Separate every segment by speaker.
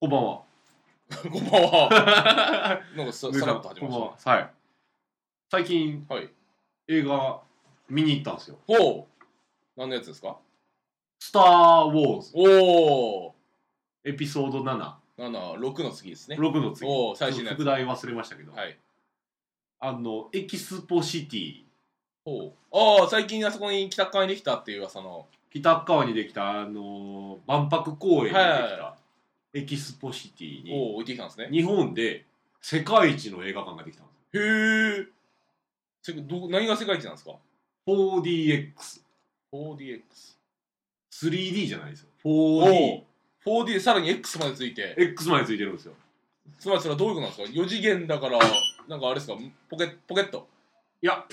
Speaker 1: こんばん は。
Speaker 2: こんばんは。
Speaker 1: は
Speaker 2: なんかささらっと始まりまし
Speaker 1: はい。最近、
Speaker 2: た。はい。
Speaker 1: 映画見に行ったんですよ。
Speaker 2: ほう。何のやつですか
Speaker 1: スター・ウォーズ、
Speaker 2: おお。
Speaker 1: エピソード7、
Speaker 2: 7、6の次ですね。
Speaker 1: 6の次。
Speaker 2: おお、最新のやつ。
Speaker 1: 副題忘れましたけど、
Speaker 2: はい。
Speaker 1: あの、エキスポシティ、
Speaker 2: ほう。ああ、最近あそこに北側にできたっていう噂の。
Speaker 1: 北川にできた、あの、万博公園にでき
Speaker 2: はいはい
Speaker 1: た、エキスポシティ
Speaker 2: お
Speaker 1: に、
Speaker 2: お、置いてきたんですね。
Speaker 1: 日本で世界一の映画館ができたんです
Speaker 2: へえ。せど何が世界一なんですか
Speaker 1: 4DX。
Speaker 2: 4DX。
Speaker 1: 3D じゃないですよ。
Speaker 2: お
Speaker 1: 4DX
Speaker 2: お。4D、さらに X までついて。
Speaker 1: までついてるんですよ。
Speaker 2: つまりそれはどういうことなんですか ?4 次元だから、なんかあれですかポケポケット。
Speaker 1: いや、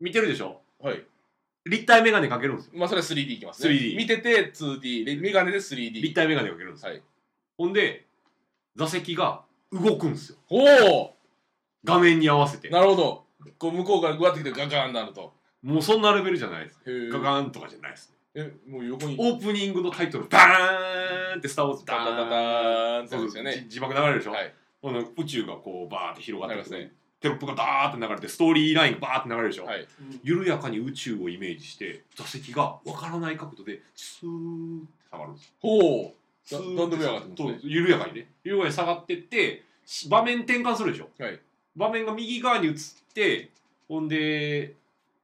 Speaker 1: 見てるでしょ
Speaker 2: はい。
Speaker 1: 立体メガネかけるんですよ。
Speaker 2: まあ、それは 3D いきますね。
Speaker 1: 3D
Speaker 2: 見てて 2D。で、メガネで 3D。
Speaker 1: 立体メガネかけるんですよ。
Speaker 2: はい
Speaker 1: ほんで、座席が動くんですよ。
Speaker 2: おお
Speaker 1: 画面に合わせて。
Speaker 2: なるほどこう向こうからグワってきてガガーンなると
Speaker 1: もうそんなレベルじゃないです。
Speaker 2: へー
Speaker 1: ガガーンとかじゃないです。
Speaker 2: えもう横に
Speaker 1: オープニングのタイトル、バーンってスター・ウォーズ、
Speaker 2: ダ
Speaker 1: ダ
Speaker 2: ダダダ
Speaker 1: ーン。
Speaker 2: ーンってな
Speaker 1: そ
Speaker 2: るん
Speaker 1: う
Speaker 2: ですよね
Speaker 1: じ字幕流れるでしょ、
Speaker 2: はい
Speaker 1: この宇宙がこうバーって広がってく
Speaker 2: な
Speaker 1: る、
Speaker 2: りま
Speaker 1: テロップがダーって流れてストーリーラインがバーって流れるでしょ、
Speaker 2: はい
Speaker 1: 緩やかに宇宙をイメージして座席がわからない角度でスーって下がるんです
Speaker 2: ほう
Speaker 1: スー
Speaker 2: だ
Speaker 1: ッ
Speaker 2: どんどん上上がってます
Speaker 1: そう
Speaker 2: ね
Speaker 1: です緩やかにね緩やかに下がってってし場面転換するでしょ、
Speaker 2: はい
Speaker 1: 場面が右側に移ってほんで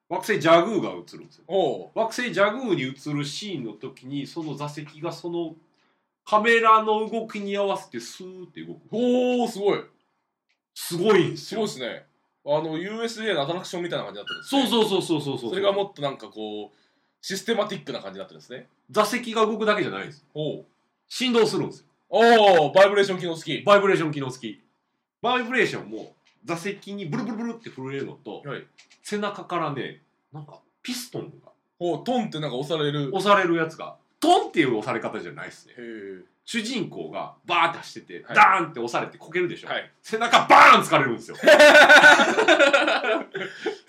Speaker 1: 惑星ジャグーが映るんですよ
Speaker 2: ほ
Speaker 1: 惑星ジャグーに映るシーンの時にその座席がそのカメラの動きに合わせてスーって動く
Speaker 2: うほうすごい
Speaker 1: すごいんです
Speaker 2: す
Speaker 1: よ
Speaker 2: ごいですねあの USJ のアトラクションみたいな感じになってるんです
Speaker 1: そ
Speaker 2: ね
Speaker 1: うそうそうそうそうそう
Speaker 2: それがもっとなんかこうシステマティックな感じになってるんですね
Speaker 1: 座席が動くだけじゃないんです
Speaker 2: ほう
Speaker 1: 振動するんですよ
Speaker 2: おおバイブレーション機能好き
Speaker 1: バイブレーション機能付きバイブレーションも座席にブルブルブルって震えるのと、
Speaker 2: はい
Speaker 1: 背中からねなんかピストンが
Speaker 2: ほうトンってなんか押される
Speaker 1: 押されるやつがトンっていう押され方じゃないですね
Speaker 2: へえ
Speaker 1: 主人公がバーって走ってて、
Speaker 2: はい
Speaker 1: ダーンって押されてこけるでしょ、
Speaker 2: はい
Speaker 1: 背中バーン疲れるんですよ、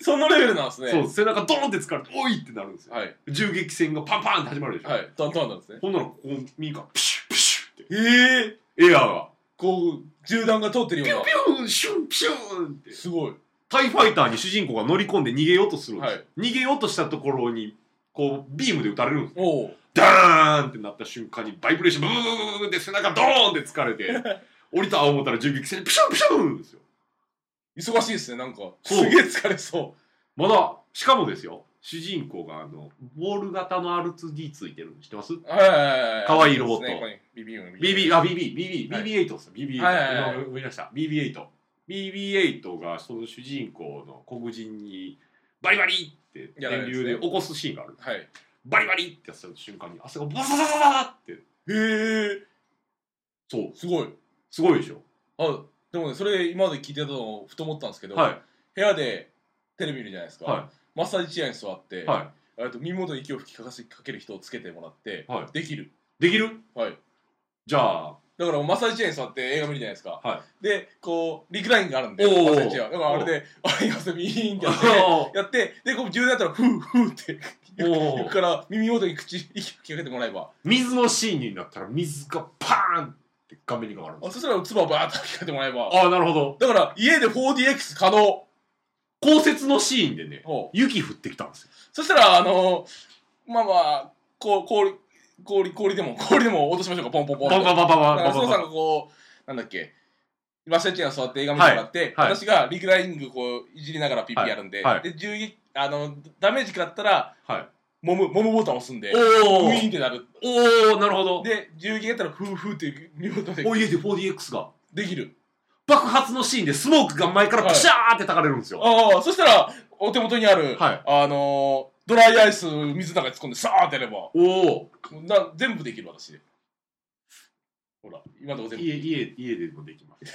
Speaker 2: そのレベルなんですね
Speaker 1: そう背中ドーンって疲れておいってなるんですよ、
Speaker 2: はい
Speaker 1: 銃撃戦がパンパンって始まるでしょ、
Speaker 2: はいトントンなんですね
Speaker 1: ほんならここ右からピシュッピシュッ
Speaker 2: ええ
Speaker 1: てエアーが
Speaker 2: こう銃弾が通ってる
Speaker 1: ピ
Speaker 2: よ
Speaker 1: ュ
Speaker 2: う
Speaker 1: ン
Speaker 2: な
Speaker 1: ピュンシュンピュンって
Speaker 2: すごい。
Speaker 1: タイファイターに主人公が乗り込んで逃げようとするんですよ、
Speaker 2: は
Speaker 1: 逃げようとしたところにこうビームで撃たれるんですよ
Speaker 2: おう
Speaker 1: ダーンってなった瞬間にバイブレーションブーブーブーブーって背中ドーンって疲れ て降りた思ったら銃撃戦ピシュンピシュンですよ
Speaker 2: 忙しいですね、なんか。す
Speaker 1: そう
Speaker 2: げえ疲れそ
Speaker 1: まだしかもですよ主人公があのボール型の R2D ついてるの知ってます
Speaker 2: う。はいはいはは
Speaker 1: 可愛いロボット
Speaker 2: そうですねここに BB の
Speaker 1: BB あ BBBB
Speaker 2: はい
Speaker 1: BB8 ですよ BB8
Speaker 2: はいはいはい
Speaker 1: 今思い出した BB8 BB8 がその主人公の黒人にバリバリって
Speaker 2: やられ
Speaker 1: 電
Speaker 2: るんです
Speaker 1: 流
Speaker 2: ね
Speaker 1: で起こすシーンがある
Speaker 2: はい。へ
Speaker 1: バリバリってやった瞬間に汗がバサバサバサって
Speaker 2: え。
Speaker 1: そう
Speaker 2: すごい。
Speaker 1: すごいでしょ
Speaker 2: あ、でもね、それ今まで聞いてたのをふと思ったんですけど、
Speaker 1: は
Speaker 2: 部屋でテレビ見るじゃないです
Speaker 1: い
Speaker 2: か。
Speaker 1: は
Speaker 2: マッサージチェアに座っ
Speaker 1: い
Speaker 2: て、
Speaker 1: は
Speaker 2: えっと耳元に息を吹きかかせかける人をつけてもらって、
Speaker 1: は
Speaker 2: できる。
Speaker 1: いできる
Speaker 2: はい。
Speaker 1: じゃあ
Speaker 2: だからもうマッサージチェアに座って映画見るじゃないですか。
Speaker 1: は
Speaker 2: で、こう、リクラインがあるんで、
Speaker 1: おうおう
Speaker 2: マッサージチェア。だからあれで、あれがビー ンってやって、
Speaker 1: お
Speaker 2: やって、で、こう重大だったら、ふうふうって、
Speaker 1: ーおー
Speaker 2: から耳元に口、息吹きかけてもらえば、
Speaker 1: 水のシーンになったら水がパーンって画面に変わるんで
Speaker 2: あ
Speaker 1: す
Speaker 2: そしたら、唾をバーッと吹きかけてもらえば、
Speaker 1: ああなるほど
Speaker 2: だから、家で 4DX 可能。
Speaker 1: 降雪のシーンでね
Speaker 2: ほ
Speaker 1: 雪降ってきたんですよ
Speaker 2: そしたら、あのー、まあまあ、こう、氷、氷、氷でも、 氷でも落としましょうか、ポンポンポン
Speaker 1: バンバ
Speaker 2: と。
Speaker 1: ンバンバンバ
Speaker 2: だから、
Speaker 1: ンバ
Speaker 2: そ
Speaker 1: ン
Speaker 2: う
Speaker 1: バ
Speaker 2: さ
Speaker 1: ン
Speaker 2: んがこう、なんだっけ、マッサージチェアに座って映画見てもらって、
Speaker 1: はいはい
Speaker 2: 私がリクライニングこう、いじりながらピッピやるんで、
Speaker 1: はいはい
Speaker 2: で、銃撃、あの、ダメージ食らったら、
Speaker 1: はい
Speaker 2: もむ、もむボタン押すんで、ウ
Speaker 1: お
Speaker 2: ィーン
Speaker 1: ー
Speaker 2: ってなる。
Speaker 1: おーなるほど
Speaker 2: で、銃撃やったら、フーフーって、見事で
Speaker 1: お家で 4DX が
Speaker 2: できる。
Speaker 1: 爆発のシーンでスモークが前からプシャーってたかれるんですよ
Speaker 2: ああ、そしたら、お手元にある、
Speaker 1: はい
Speaker 2: あのードライアイス、水の中に突っ込んで、さーってやれば、も
Speaker 1: おお
Speaker 2: うな全部できる、私。ほら、今のとこ全部。
Speaker 1: 家家家でもできます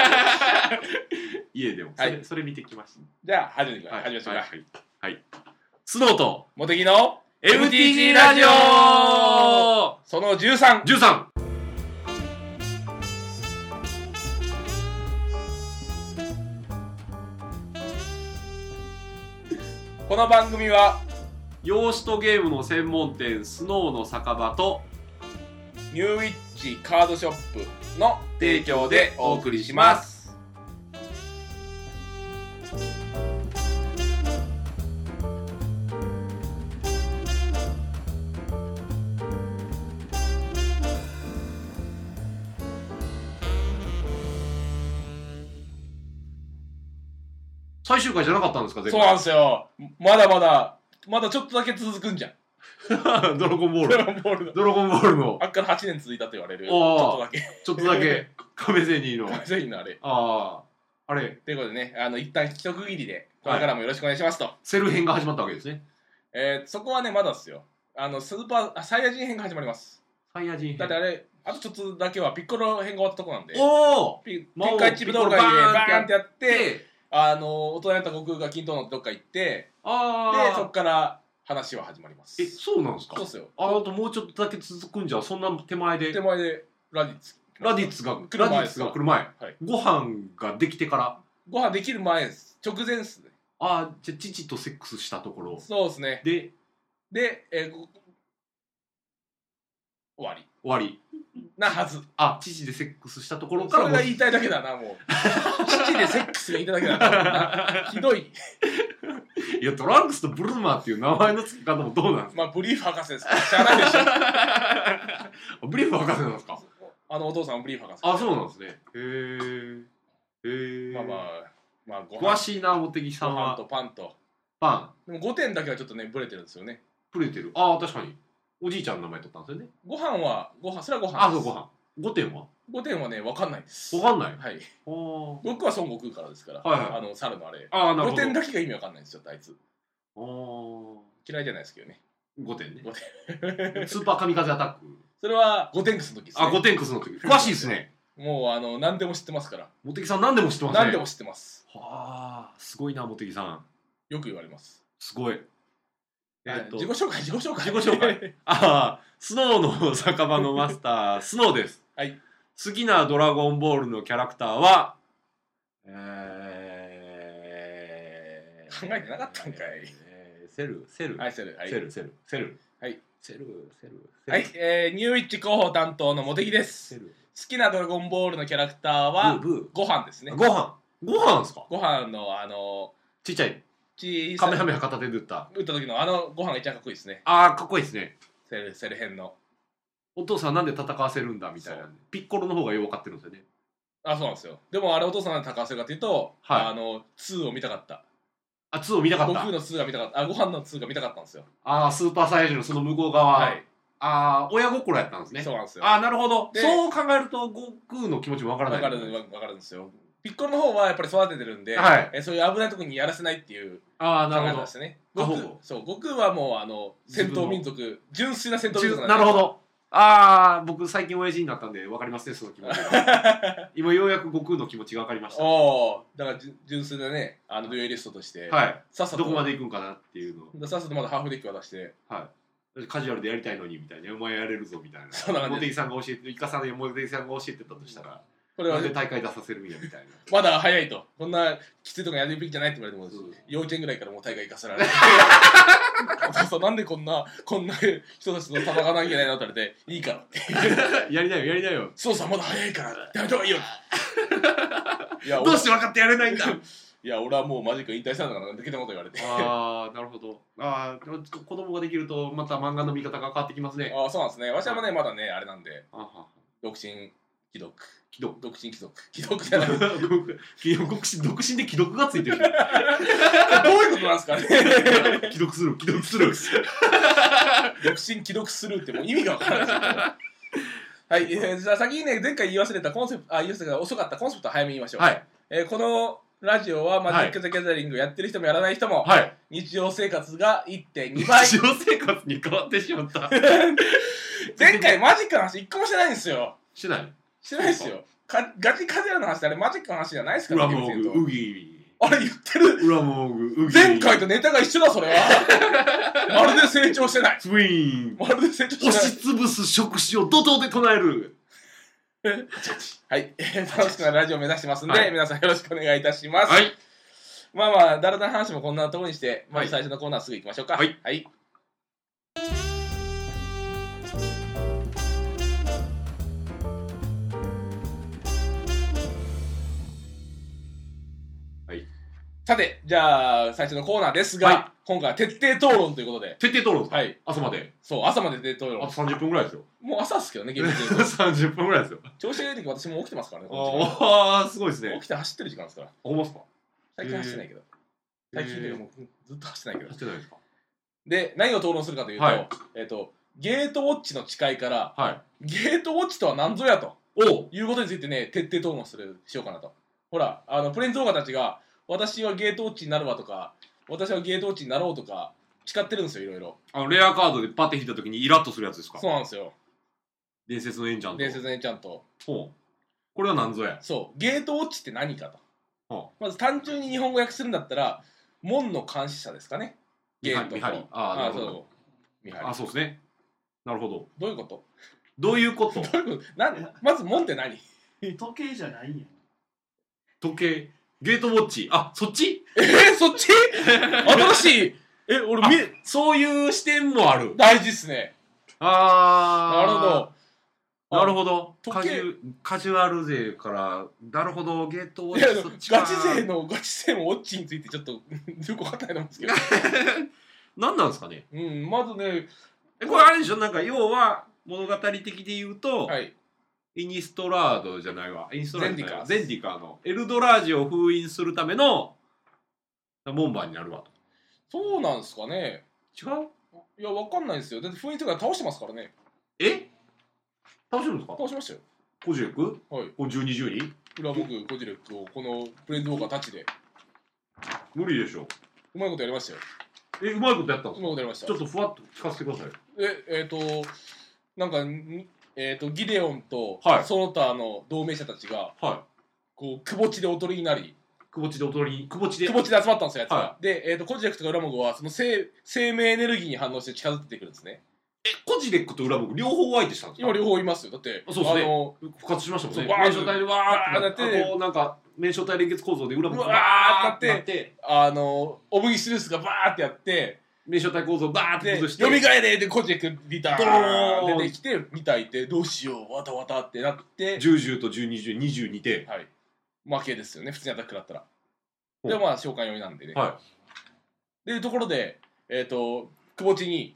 Speaker 1: 家でもそれ,、
Speaker 2: はい
Speaker 1: それ見てきました
Speaker 2: じゃあ、始めてください。
Speaker 1: はい
Speaker 2: 始めましょうか。
Speaker 1: はいはいはいスノーと
Speaker 2: モテギの
Speaker 1: MTG ラジオ
Speaker 2: その13。
Speaker 1: 13
Speaker 2: この番組は、
Speaker 1: 洋紙とゲームの専門店スノーの酒場と
Speaker 2: ニューウィッキーカードショップの提供でお送りします。
Speaker 1: 最終回じゃなかったんですか前
Speaker 2: そうなんですよ。まだまだ、まだちょっとだけ続くんじ ゃん。
Speaker 1: 回 ドラゴンボー
Speaker 2: ド
Speaker 1: ル
Speaker 2: ラゴンボールの。
Speaker 1: ドラゴンボールの
Speaker 2: あっから8年続いたと言われる。ち
Speaker 1: おー
Speaker 2: ょっとだけ。
Speaker 1: ちょっとだけ亀仙人の
Speaker 2: ぜひのあれ。
Speaker 1: あああれ
Speaker 2: ということでね、あの、一旦一区切りで、これからもよろしくお願いしますと。
Speaker 1: セル編が始まったわけですね
Speaker 2: えーそこはね、まだっすよ。あの、スーパー、あサイヤ人編が始まります。
Speaker 1: サイヤ人
Speaker 2: だってあ
Speaker 1: 編
Speaker 2: れ、あとちょっとだけはピッコロ編が終わったとこなんで。
Speaker 1: おお
Speaker 2: ピピ
Speaker 1: 魔王
Speaker 2: ッカチブドーガ
Speaker 1: ピッコロ
Speaker 2: ー
Speaker 1: バーン
Speaker 2: バーンってやって、
Speaker 1: で
Speaker 2: あの、大人になった悟空が均等のどっか行って、で、そ
Speaker 1: あ
Speaker 2: こから話は始まります。
Speaker 1: ーえそうなんですか
Speaker 2: そうっすよ。
Speaker 1: ああともうちょっとだけ続くんじゃそんな手前で
Speaker 2: 手前でラディッツ。
Speaker 1: ラディッツが
Speaker 2: 来る
Speaker 1: ラ
Speaker 2: 前
Speaker 1: ディッツが来る前、
Speaker 2: はい
Speaker 1: ご飯ができてから
Speaker 2: ご飯できる前です。直前ですね。
Speaker 1: ああじゃあ父とセックスしたところ
Speaker 2: そうですね。
Speaker 1: で
Speaker 2: で、えーこ終わり。
Speaker 1: 終わり
Speaker 2: なはず。
Speaker 1: あ父でセックスしたところ
Speaker 2: そ
Speaker 1: から
Speaker 2: れが言いたいだけだな、もう。 父でセックスが言いたいだけだな。ひどい。
Speaker 1: いやトランクスとブルマーっていう名前の付け方もどうなんですか
Speaker 2: まあ、ブリーフ博士ですから。しゃあないでしょ。
Speaker 1: あ ブリーフ博士なんですか
Speaker 2: あの、お父さんはブリーフ博士。
Speaker 1: あそうなんですねへえへえ
Speaker 2: まあまあ、まあ、ご
Speaker 1: 詳
Speaker 2: 飯
Speaker 1: しいな茂木さ
Speaker 2: ご
Speaker 1: ん
Speaker 2: 飯
Speaker 1: は
Speaker 2: とパンと。
Speaker 1: パン
Speaker 2: でも5点だけはちょっとね、ブレてるんですよね。
Speaker 1: プレてるああ確かにおじいちゃんの名前取ったんですよね
Speaker 2: ご飯は、ご飯、それはご飯です。
Speaker 1: あそうご飯5点は
Speaker 2: 5点はね、わかんないです。
Speaker 1: わかんない
Speaker 2: は
Speaker 1: あ
Speaker 2: い。
Speaker 1: ー
Speaker 2: 僕は孫悟空からですから、
Speaker 1: はいはい
Speaker 2: あの、猿のあれ。
Speaker 1: あーなるほ
Speaker 2: 5
Speaker 1: ど
Speaker 2: 点だけが意味わかんないんですよ、あいつ。
Speaker 1: あー
Speaker 2: 嫌いじゃないですけどね。
Speaker 1: 5点ね
Speaker 2: 五
Speaker 1: スーパー神風アタック
Speaker 2: それは5点クスの時です、ね。
Speaker 1: あ5点くすの時詳しいですね
Speaker 2: もう、あの、何でも知ってますから。
Speaker 1: 茂木さん何でも知ってますね
Speaker 2: 何でも知ってます。
Speaker 1: はあすごいな茂木さん
Speaker 2: よく言われます。
Speaker 1: すごいえーっと
Speaker 2: 自己紹介、自己紹
Speaker 1: 自
Speaker 2: 介。
Speaker 1: 己紹介。ああスノーの酒場のマスタースノーです
Speaker 2: はい
Speaker 1: 好きなドラゴンボールのキャラクターはえー
Speaker 2: 考えてなかったんかい
Speaker 1: えーセルセル
Speaker 2: はい、セル。はい。
Speaker 1: セルセルセル
Speaker 2: はい
Speaker 1: セルセルセル
Speaker 2: はい、えー、ニューイッチ広報担当の茂木
Speaker 1: セ
Speaker 2: です。
Speaker 1: ル
Speaker 2: 好きなドラゴンボールのキャラクターは、
Speaker 1: ブ
Speaker 2: ご飯ですね
Speaker 1: ー。ご飯ご飯ですか
Speaker 2: ご飯の、あの、
Speaker 1: ちっちゃい
Speaker 2: 小
Speaker 1: カ
Speaker 2: さ
Speaker 1: メハ
Speaker 2: い
Speaker 1: メハ片手で打った
Speaker 2: 打った時のあのご飯が一番かっこいいですね。
Speaker 1: ああかっこいいですね
Speaker 2: セル、セル編の。
Speaker 1: お父さんなんで戦わせるんだみたいな
Speaker 2: そう
Speaker 1: ピッコロの方がよくわかってるんですよね
Speaker 2: あ、そうなんですよ。でもあれお父さんが高橋かっていうと、
Speaker 1: はい
Speaker 2: あの、2を見たかった。
Speaker 1: あ2を見たかっ
Speaker 2: 悟
Speaker 1: た
Speaker 2: 空の2が見たかった。あ、ご飯の2が見たかったんですよ。
Speaker 1: ああスーパーサイヤ人のその向こう側、
Speaker 2: はい。
Speaker 1: ああ親心やったんですね
Speaker 2: そうなんですよ。
Speaker 1: ああなるほど
Speaker 2: で
Speaker 1: そう考えると悟空の気持ちもわからな
Speaker 2: わ
Speaker 1: い
Speaker 2: かる、わわかるんですよ。ピッコロの方はやっぱり育ててるんで、
Speaker 1: はい
Speaker 2: えそういう危ないとこにやらせないっていう
Speaker 1: ああな
Speaker 2: 考え
Speaker 1: る
Speaker 2: な
Speaker 1: ほ
Speaker 2: んで
Speaker 1: ど
Speaker 2: すね。
Speaker 1: な
Speaker 2: 悟
Speaker 1: るほど
Speaker 2: 空そう、悟空はもうあの、戦闘民族、純粋な戦闘民族
Speaker 1: なるほ
Speaker 2: ど。
Speaker 1: どああ僕最近親父になったんでわかりますねその気持ちが 今ようやく悟空の気持ちがわかりました
Speaker 2: おーだから純純粋なね、あの、デュエリストとして、
Speaker 1: はい
Speaker 2: さっさと、
Speaker 1: どこまで行くんかなっていうの
Speaker 2: さっさとまだハーフデッキ渡して、
Speaker 1: はいカジュアルでやりたいのにみたいなお前やれるぞみたいな
Speaker 2: そんな感じ
Speaker 1: 茂木さんが教えてイカさんで茂木さんが教えてたとしたら
Speaker 2: これ
Speaker 1: な
Speaker 2: は
Speaker 1: ん
Speaker 2: ね
Speaker 1: で大会出させるんやみたいな
Speaker 2: まだ早いと。こんなきついとかやるべきじゃないって言われても
Speaker 1: そうです
Speaker 2: 幼稚園ぐらいからもう大会行かせられて。 お父さんなんでこんな、こんな 人たちと戦わなきゃいけないのって言われて、いいからって。
Speaker 1: やりなよやりなよ
Speaker 2: そうさんまだ早いから、やめた方がいいよ。いや、
Speaker 1: どう
Speaker 2: 俺
Speaker 1: して分かってやれないんだ
Speaker 2: いや俺はもうマジック引退したんだから、的なこと言われて。あ
Speaker 1: ああなるほどああでも子供ができるとまた漫画の見方が変わってきますね
Speaker 2: あ、そうなんですね。わしはもね、まだね、あれなんで、
Speaker 1: あは
Speaker 2: 独身貴族。
Speaker 1: 既読
Speaker 2: 独身貴族。貴族じゃない。ど
Speaker 1: 既読独身独身で既読がついてる
Speaker 2: ういうことなんですかね。
Speaker 1: 既読する既読する
Speaker 2: 独身既読スルーってもう意味がわからないですよはい、えーじゃあ先にね前回言い忘れたコンセプトあ言い忘れたから遅かったコンセプトを早めに言いましょう、
Speaker 1: はい
Speaker 2: えーこのラジオはマジック・ザ・ギャザリングやってる人もやらない人も、
Speaker 1: はい
Speaker 2: 日常生活が1.2倍
Speaker 1: 日常生活に変わってしまった
Speaker 2: 前回マジックの話一個もしてないんですよ
Speaker 1: しない
Speaker 2: してないですよかガチカジュアルの話ってあれマジックの話じゃないですか
Speaker 1: 裏
Speaker 2: ら
Speaker 1: も
Speaker 2: 厳密
Speaker 1: ぐ
Speaker 2: に言う
Speaker 1: うぎ
Speaker 2: とあれ言ってる
Speaker 1: 裏もぐうぎ
Speaker 2: 前回とネタが一緒だそれはまるで成長してない
Speaker 1: スウィーン
Speaker 2: まるで成長して
Speaker 1: 押
Speaker 2: ない
Speaker 1: しつぶす触手を怒涛で唱える
Speaker 2: はい、 えー楽しくなるラジオを目指してますんで、
Speaker 1: はい
Speaker 2: 皆さんよろしくお願いいたします。
Speaker 1: はい
Speaker 2: まあまあ、だらだら話もこんなところにして、まず最初のコーナーすぐ行きましょうか。
Speaker 1: はい。
Speaker 2: はい。さて、じゃあ、最初のコーナーですが、
Speaker 1: は
Speaker 2: 今回は徹底討論ということで、
Speaker 1: 徹底討論ですか、
Speaker 2: はい。
Speaker 1: 朝まで
Speaker 2: そう、朝まで徹底討
Speaker 1: あと
Speaker 2: 論。
Speaker 1: 30分ぐらいですよ
Speaker 2: もう朝っすけどね、現実に。
Speaker 1: 30分ぐらいですよ
Speaker 2: 調子がいい時私も起きてますからね、この時間
Speaker 1: ああすごいですね
Speaker 2: 起きて走ってる時間ですから。
Speaker 1: ほんまっすか
Speaker 2: 最近走ってないけど。最近というかもうずっと走ってないけど
Speaker 1: やっ。てないですか
Speaker 2: で、何を討論するかというと、
Speaker 1: はい
Speaker 2: えっ、と、ゲートウォッチの誓いから、
Speaker 1: はい
Speaker 2: ゲートウォッチとは何ぞやと
Speaker 1: お
Speaker 2: いうことについてね、徹底討論する、しようかなと。ほら、あの、プレーンズオーガたちが、私はゲートウォッチになるわとか、私はゲートウォッチになろうとか、誓ってるんですよ、いろいろ。
Speaker 1: あのレアカードでパッて引いた時にイラッとするやつですか
Speaker 2: そうなんですよ。
Speaker 1: 伝説のエンジャンと
Speaker 2: 伝説ね、ちゃんと。
Speaker 1: ほうこれは何ぞや
Speaker 2: そう、ゲートウォッチって何か
Speaker 1: は
Speaker 2: と。まず単純に日本語訳するんだったら、門の監視者ですかね。ゲート
Speaker 1: 見張り見張り
Speaker 2: と。
Speaker 1: あーなるほど
Speaker 2: そう。見張り
Speaker 1: あそうですねなるほど
Speaker 2: どういうこと
Speaker 1: どういうこと
Speaker 2: どういうことなんまず門って何
Speaker 3: 時計じゃないんや
Speaker 1: 時計ゲートウォッチあそっち
Speaker 2: えー、そっち新しいえ、俺
Speaker 1: あ
Speaker 2: 見、
Speaker 1: そういう視点もある
Speaker 2: 大事っすね。なるほ
Speaker 1: あ
Speaker 2: ど。
Speaker 1: ーなるほどカ
Speaker 2: 時
Speaker 1: ジ
Speaker 2: 計
Speaker 1: ュカジュアル勢からなるほどゲートウォ
Speaker 2: いや
Speaker 1: ッ
Speaker 2: あ
Speaker 1: チ
Speaker 2: の
Speaker 1: そっちか
Speaker 2: ガチ勢のガチ勢のウォッチについてちょっと よくわかんないと思うんですけど、
Speaker 1: 何なんですかね
Speaker 2: うん、まずね、
Speaker 1: えこれあれでしょなんか要は物語的で言うと、
Speaker 2: はい、
Speaker 1: イニストラードじゃないわインストラードじゃないわ
Speaker 2: ゼ
Speaker 1: ゼンディカーのエルドラージを封印するための門番になるわ
Speaker 2: そうなんですかね。
Speaker 1: 違う
Speaker 2: いや、わかんないですよ。だって雰囲気とか倒してますからね。
Speaker 1: え倒してるんですか
Speaker 2: 倒しましたよ。
Speaker 1: コジュレク
Speaker 2: はい。
Speaker 1: これ12十人
Speaker 2: 裏僕、ゴジレックをこのプレンズウォーカーたちで、
Speaker 1: 無理でしょ
Speaker 2: うまいことやりましたよ。
Speaker 1: えうまいことやったん
Speaker 2: う
Speaker 1: ですか
Speaker 2: まいことやりました
Speaker 1: ちょ。っとふわっと聞かせてください
Speaker 2: え、えっ、と、なんか、にえっ、と、ギデオンと
Speaker 1: はい
Speaker 2: その他の同盟者たちが、
Speaker 1: は
Speaker 2: こう、くぼ地でおとりになり、
Speaker 1: いくぼちでおとりにくぼちで
Speaker 2: くぼ地で集まったんですよ、やつが。
Speaker 1: は
Speaker 2: で、えー、とコジレックとかウラモグはその生生命エネルギーに反応して近づいてくるんですね。
Speaker 1: えコジレックと裏僕両方相手したんです
Speaker 2: 今
Speaker 1: か
Speaker 2: 両方いますよ。だって、
Speaker 1: あそうですね
Speaker 2: の
Speaker 1: 復活しましたもんね
Speaker 2: そうわー
Speaker 1: 名称体でわーってなって
Speaker 2: わーってなって
Speaker 1: あこうなんか名称体連結構造で裏僕
Speaker 2: うわーってなってあの、オブギスルースがバーってやって、
Speaker 1: 名称体構造バーって
Speaker 2: で、
Speaker 1: 崩して
Speaker 2: 蘇れでコジレックリタ
Speaker 1: ド
Speaker 2: ー
Speaker 1: ー
Speaker 2: ン
Speaker 1: ン
Speaker 2: 出てきて、見たいて、どうしよう、わたわたってなって、
Speaker 1: 10十と12十22で
Speaker 2: はい。負けですよね、普通にアタックだったら。
Speaker 1: ほう
Speaker 2: で、まあ、召喚読みなんでね。
Speaker 1: は
Speaker 2: で、いうところで、えっ、と、くぼ地に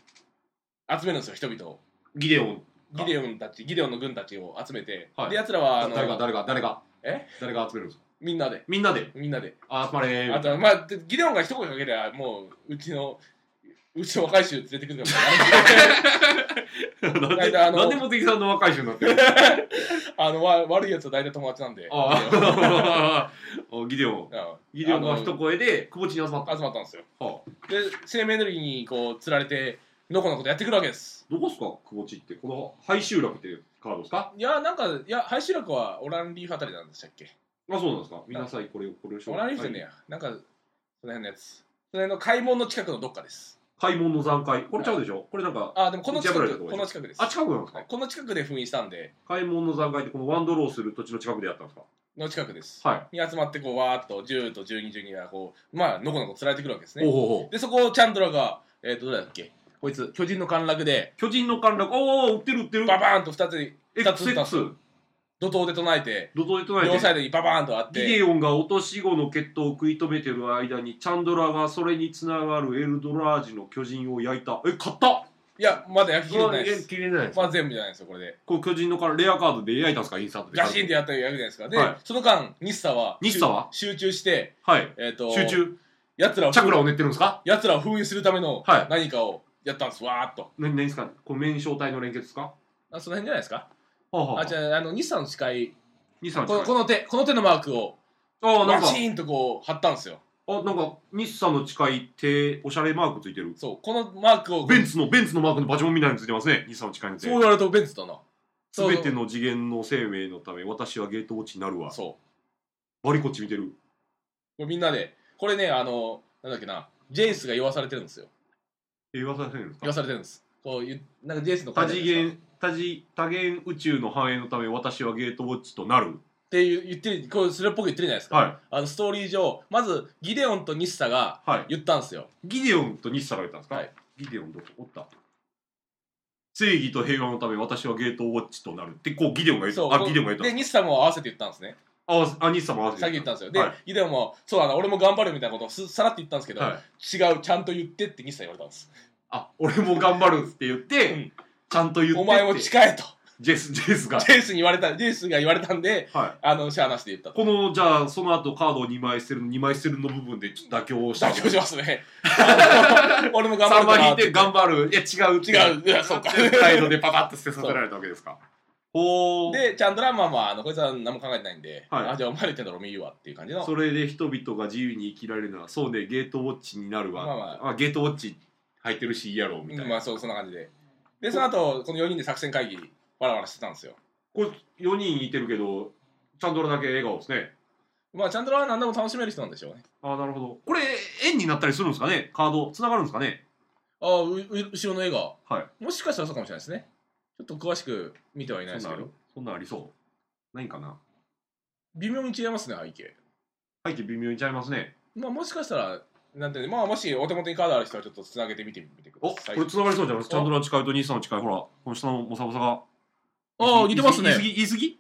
Speaker 2: 集めるんですよ、人々を。
Speaker 1: ギデオン
Speaker 2: ギデオンたち、ギデオンの軍たちを集めて、
Speaker 1: はい
Speaker 2: で、奴らは、あの、
Speaker 1: 誰が誰が誰が
Speaker 2: え
Speaker 1: 誰が集めるんですか
Speaker 2: みんなで、
Speaker 1: みんなで
Speaker 2: みんなで。
Speaker 1: あ集まれー
Speaker 2: あと、まあ、でギデオンが一声かけりゃ、もう、うちの、うちの若い衆連れてく るから、
Speaker 1: なん
Speaker 2: 大
Speaker 1: で
Speaker 2: 体あの
Speaker 1: なんで茂木さんの若い衆になってる
Speaker 2: あの、わ悪い奴は大体友達なんで、
Speaker 1: ああギデオン
Speaker 2: ギデオンうん
Speaker 1: ギデオンが
Speaker 2: あの
Speaker 1: 一声でくぼちに集まった
Speaker 2: 集まったんですよ。
Speaker 1: はあ
Speaker 2: で、生命エネルギーにこう、釣られて、のこのことやってくるわけです。
Speaker 1: どこですかくぼちってこの廃集落っていうカードですか
Speaker 2: いや、なんか、いや、廃集落はオランリーフあたりなんでしたっけ
Speaker 1: あそうなんですか皆さんこれをこれをし
Speaker 2: オランリーフってねや、なんか、その辺のやつ。その辺の開門の近くのどっかです。
Speaker 1: 開門の残骸これちゃうでしょこれなんか
Speaker 2: あ、でもこの近
Speaker 1: 打ち破られた
Speaker 2: く、
Speaker 1: とこ
Speaker 2: この近くです。
Speaker 1: あ近くなんですか
Speaker 2: はいこの近くで封印したんで、
Speaker 1: 開門の残骸ってこのワンドローする土地の近くでやったんですか
Speaker 2: の近くです。
Speaker 1: は
Speaker 2: に集まって、こう、わーっと、10と12、12が、こう、まあ、のこのこ釣られてくるわけです
Speaker 1: いお
Speaker 2: ね。
Speaker 1: おお
Speaker 2: で、そこをチャンドラが、えっ、と、どれだっけこいつ、巨人の陥落で、
Speaker 1: 巨人の陥落おお売ってる売ってる
Speaker 2: ババーンと2つ、二つ打ったんです
Speaker 1: XX
Speaker 2: 怒涛で唱えて、
Speaker 1: 怒涛で唱え
Speaker 2: 両
Speaker 1: て
Speaker 2: サイドにババーンとあっ
Speaker 1: ギ
Speaker 2: て、
Speaker 1: デオンが落とし子の血統を食い止めてる間にチャンドラがそれにつながるエルドラージの巨人を焼いたえ買った
Speaker 2: いや、まだ焼き切れてないで
Speaker 1: え
Speaker 2: す。
Speaker 1: 切れないです
Speaker 2: まあ、全部じゃないですよ、これで。
Speaker 1: これ巨人のからレアカードで焼いたんですかインサートで
Speaker 2: ガシンってやったら焼くじゃないですか。で、
Speaker 1: はい
Speaker 2: その間、日サは、
Speaker 1: 日差は
Speaker 2: 集中して、
Speaker 1: はい
Speaker 2: えっ、と、
Speaker 1: 集中
Speaker 2: 奴らを
Speaker 1: チャクラを練ってるんですか
Speaker 2: 奴らを封印するための
Speaker 1: はい
Speaker 2: 何かをやったんです、わーっと。
Speaker 1: 何何ですかこれ面正体の連結ですか
Speaker 2: あその辺じゃないですか。
Speaker 1: はあ、は
Speaker 2: あ、じゃあ、あの、日産の誓い、
Speaker 1: 兄さん
Speaker 2: このこの手、この手のマークを、
Speaker 1: ああな
Speaker 2: バ
Speaker 1: んか
Speaker 2: チーンとこう、貼ったんですよ。
Speaker 1: あなんか日産の近い手おしゃれマークついてる
Speaker 2: そう、このマークを、
Speaker 1: ベンツのベンツのマークのバチモンみたいについてますね日産の近いの手
Speaker 2: そう言われるとベンツだな。
Speaker 1: すべての次元の生命のため私はゲートウォッチになるわ
Speaker 2: そう。こ
Speaker 1: バリコッチ見てる
Speaker 2: れみんなで、これね、あの、なんだっけな、ジェイスが言わされてるんですよ。
Speaker 1: え言わされてるんです
Speaker 2: 言
Speaker 1: か
Speaker 2: わされてるんです。こういう、なんかジェイスの
Speaker 1: 多
Speaker 2: じゃない
Speaker 1: 次
Speaker 2: ですか
Speaker 1: 元多次多元宇宙の繁栄のため私はゲートウォッチとなる
Speaker 2: っていう言ってる、こう、それっぽく言ってるじゃないですか。
Speaker 1: は
Speaker 2: あの、ストーリー上、まず、ギデオンとニッサが
Speaker 1: いはい
Speaker 2: 言ったんですよ。
Speaker 1: ギデオンと日サが言ったんですか、
Speaker 2: はい
Speaker 1: ギデオンどこおった正義と平和のため私はゲートウォッチとなるってこうギデオンが言った
Speaker 2: そう。
Speaker 1: あギデオンが言ったん
Speaker 2: で、
Speaker 1: です
Speaker 2: ニッサも合わせて言ったんですね。
Speaker 1: あわせあ兄さんも合わせ
Speaker 2: さっき言ったんですよ。で、
Speaker 1: はい
Speaker 2: ギデオンも、そうだな、俺も頑張るみたいなことをすさらって言ったんですけど、
Speaker 1: はい、
Speaker 2: 違う、ちゃんと言ってって西さん言われたんです。
Speaker 1: あ俺も頑張るって言って、
Speaker 2: うん
Speaker 1: ちゃんと言ってって
Speaker 2: お前も誓えと、
Speaker 1: ジェスジェスが、
Speaker 2: ジェイスに言われた、ジェイスが言われたんで、
Speaker 1: はい、
Speaker 2: あの、しゃあなしで言ったと。
Speaker 1: このじゃあその後カードを2枚捨てるの2枚捨てるの部分でちょっと妥協した
Speaker 2: 妥協しますね。俺も頑張
Speaker 1: 3
Speaker 2: るか
Speaker 1: 枚引
Speaker 2: ら
Speaker 1: いて頑張るいや違うって
Speaker 2: 違う、いや、そうか。
Speaker 1: 態度でパパッと捨てさせられたわけですかほう
Speaker 2: で、ちゃんとランマンは、あの、こいつは何も考えてないんで、
Speaker 1: はい
Speaker 2: あ、じゃあお前ら言ってんだろ、もういいわっていう感じの。
Speaker 1: それで人々が自由に生きられるならそうねゲートウォッチになるわ、
Speaker 2: ま
Speaker 1: あ
Speaker 2: あ
Speaker 1: ゲートウォッチ入ってるしいいやろみたいな、
Speaker 2: うんまあ、そう、そんな感じで。で、その後、この4人で作戦会議、わらわらしてたんですよ。
Speaker 1: これ4人いてるけどチャンドラだけ笑顔ですね
Speaker 2: まあ、ちゃんとランは何でも楽しめる人なんでしょうね。
Speaker 1: ああなるほどこれ円になったりするんですかねカードつながるんですかね
Speaker 2: ああ、うう後ろの絵が、
Speaker 1: は
Speaker 2: もしかしたらそうかもしれないですね。ちょっと詳しく見てはいないですけ
Speaker 1: そん
Speaker 2: ど
Speaker 1: ん、そんなんありそうないんかな
Speaker 2: 微妙に違いますね、背景。
Speaker 1: 背景微妙にちゃいますね
Speaker 2: まあ、もしかしたら、なんてね、まあ、もしお手元にカードある人はちょっとつなげてみてみてくだ
Speaker 1: おこ
Speaker 2: さい。
Speaker 1: れつながりそうじゃないですかチャンドラの近いと兄さんの近いほらこの下のモサモサが
Speaker 2: ああ、似てます
Speaker 1: 言
Speaker 2: ね。
Speaker 1: い過ぎ言い過ぎ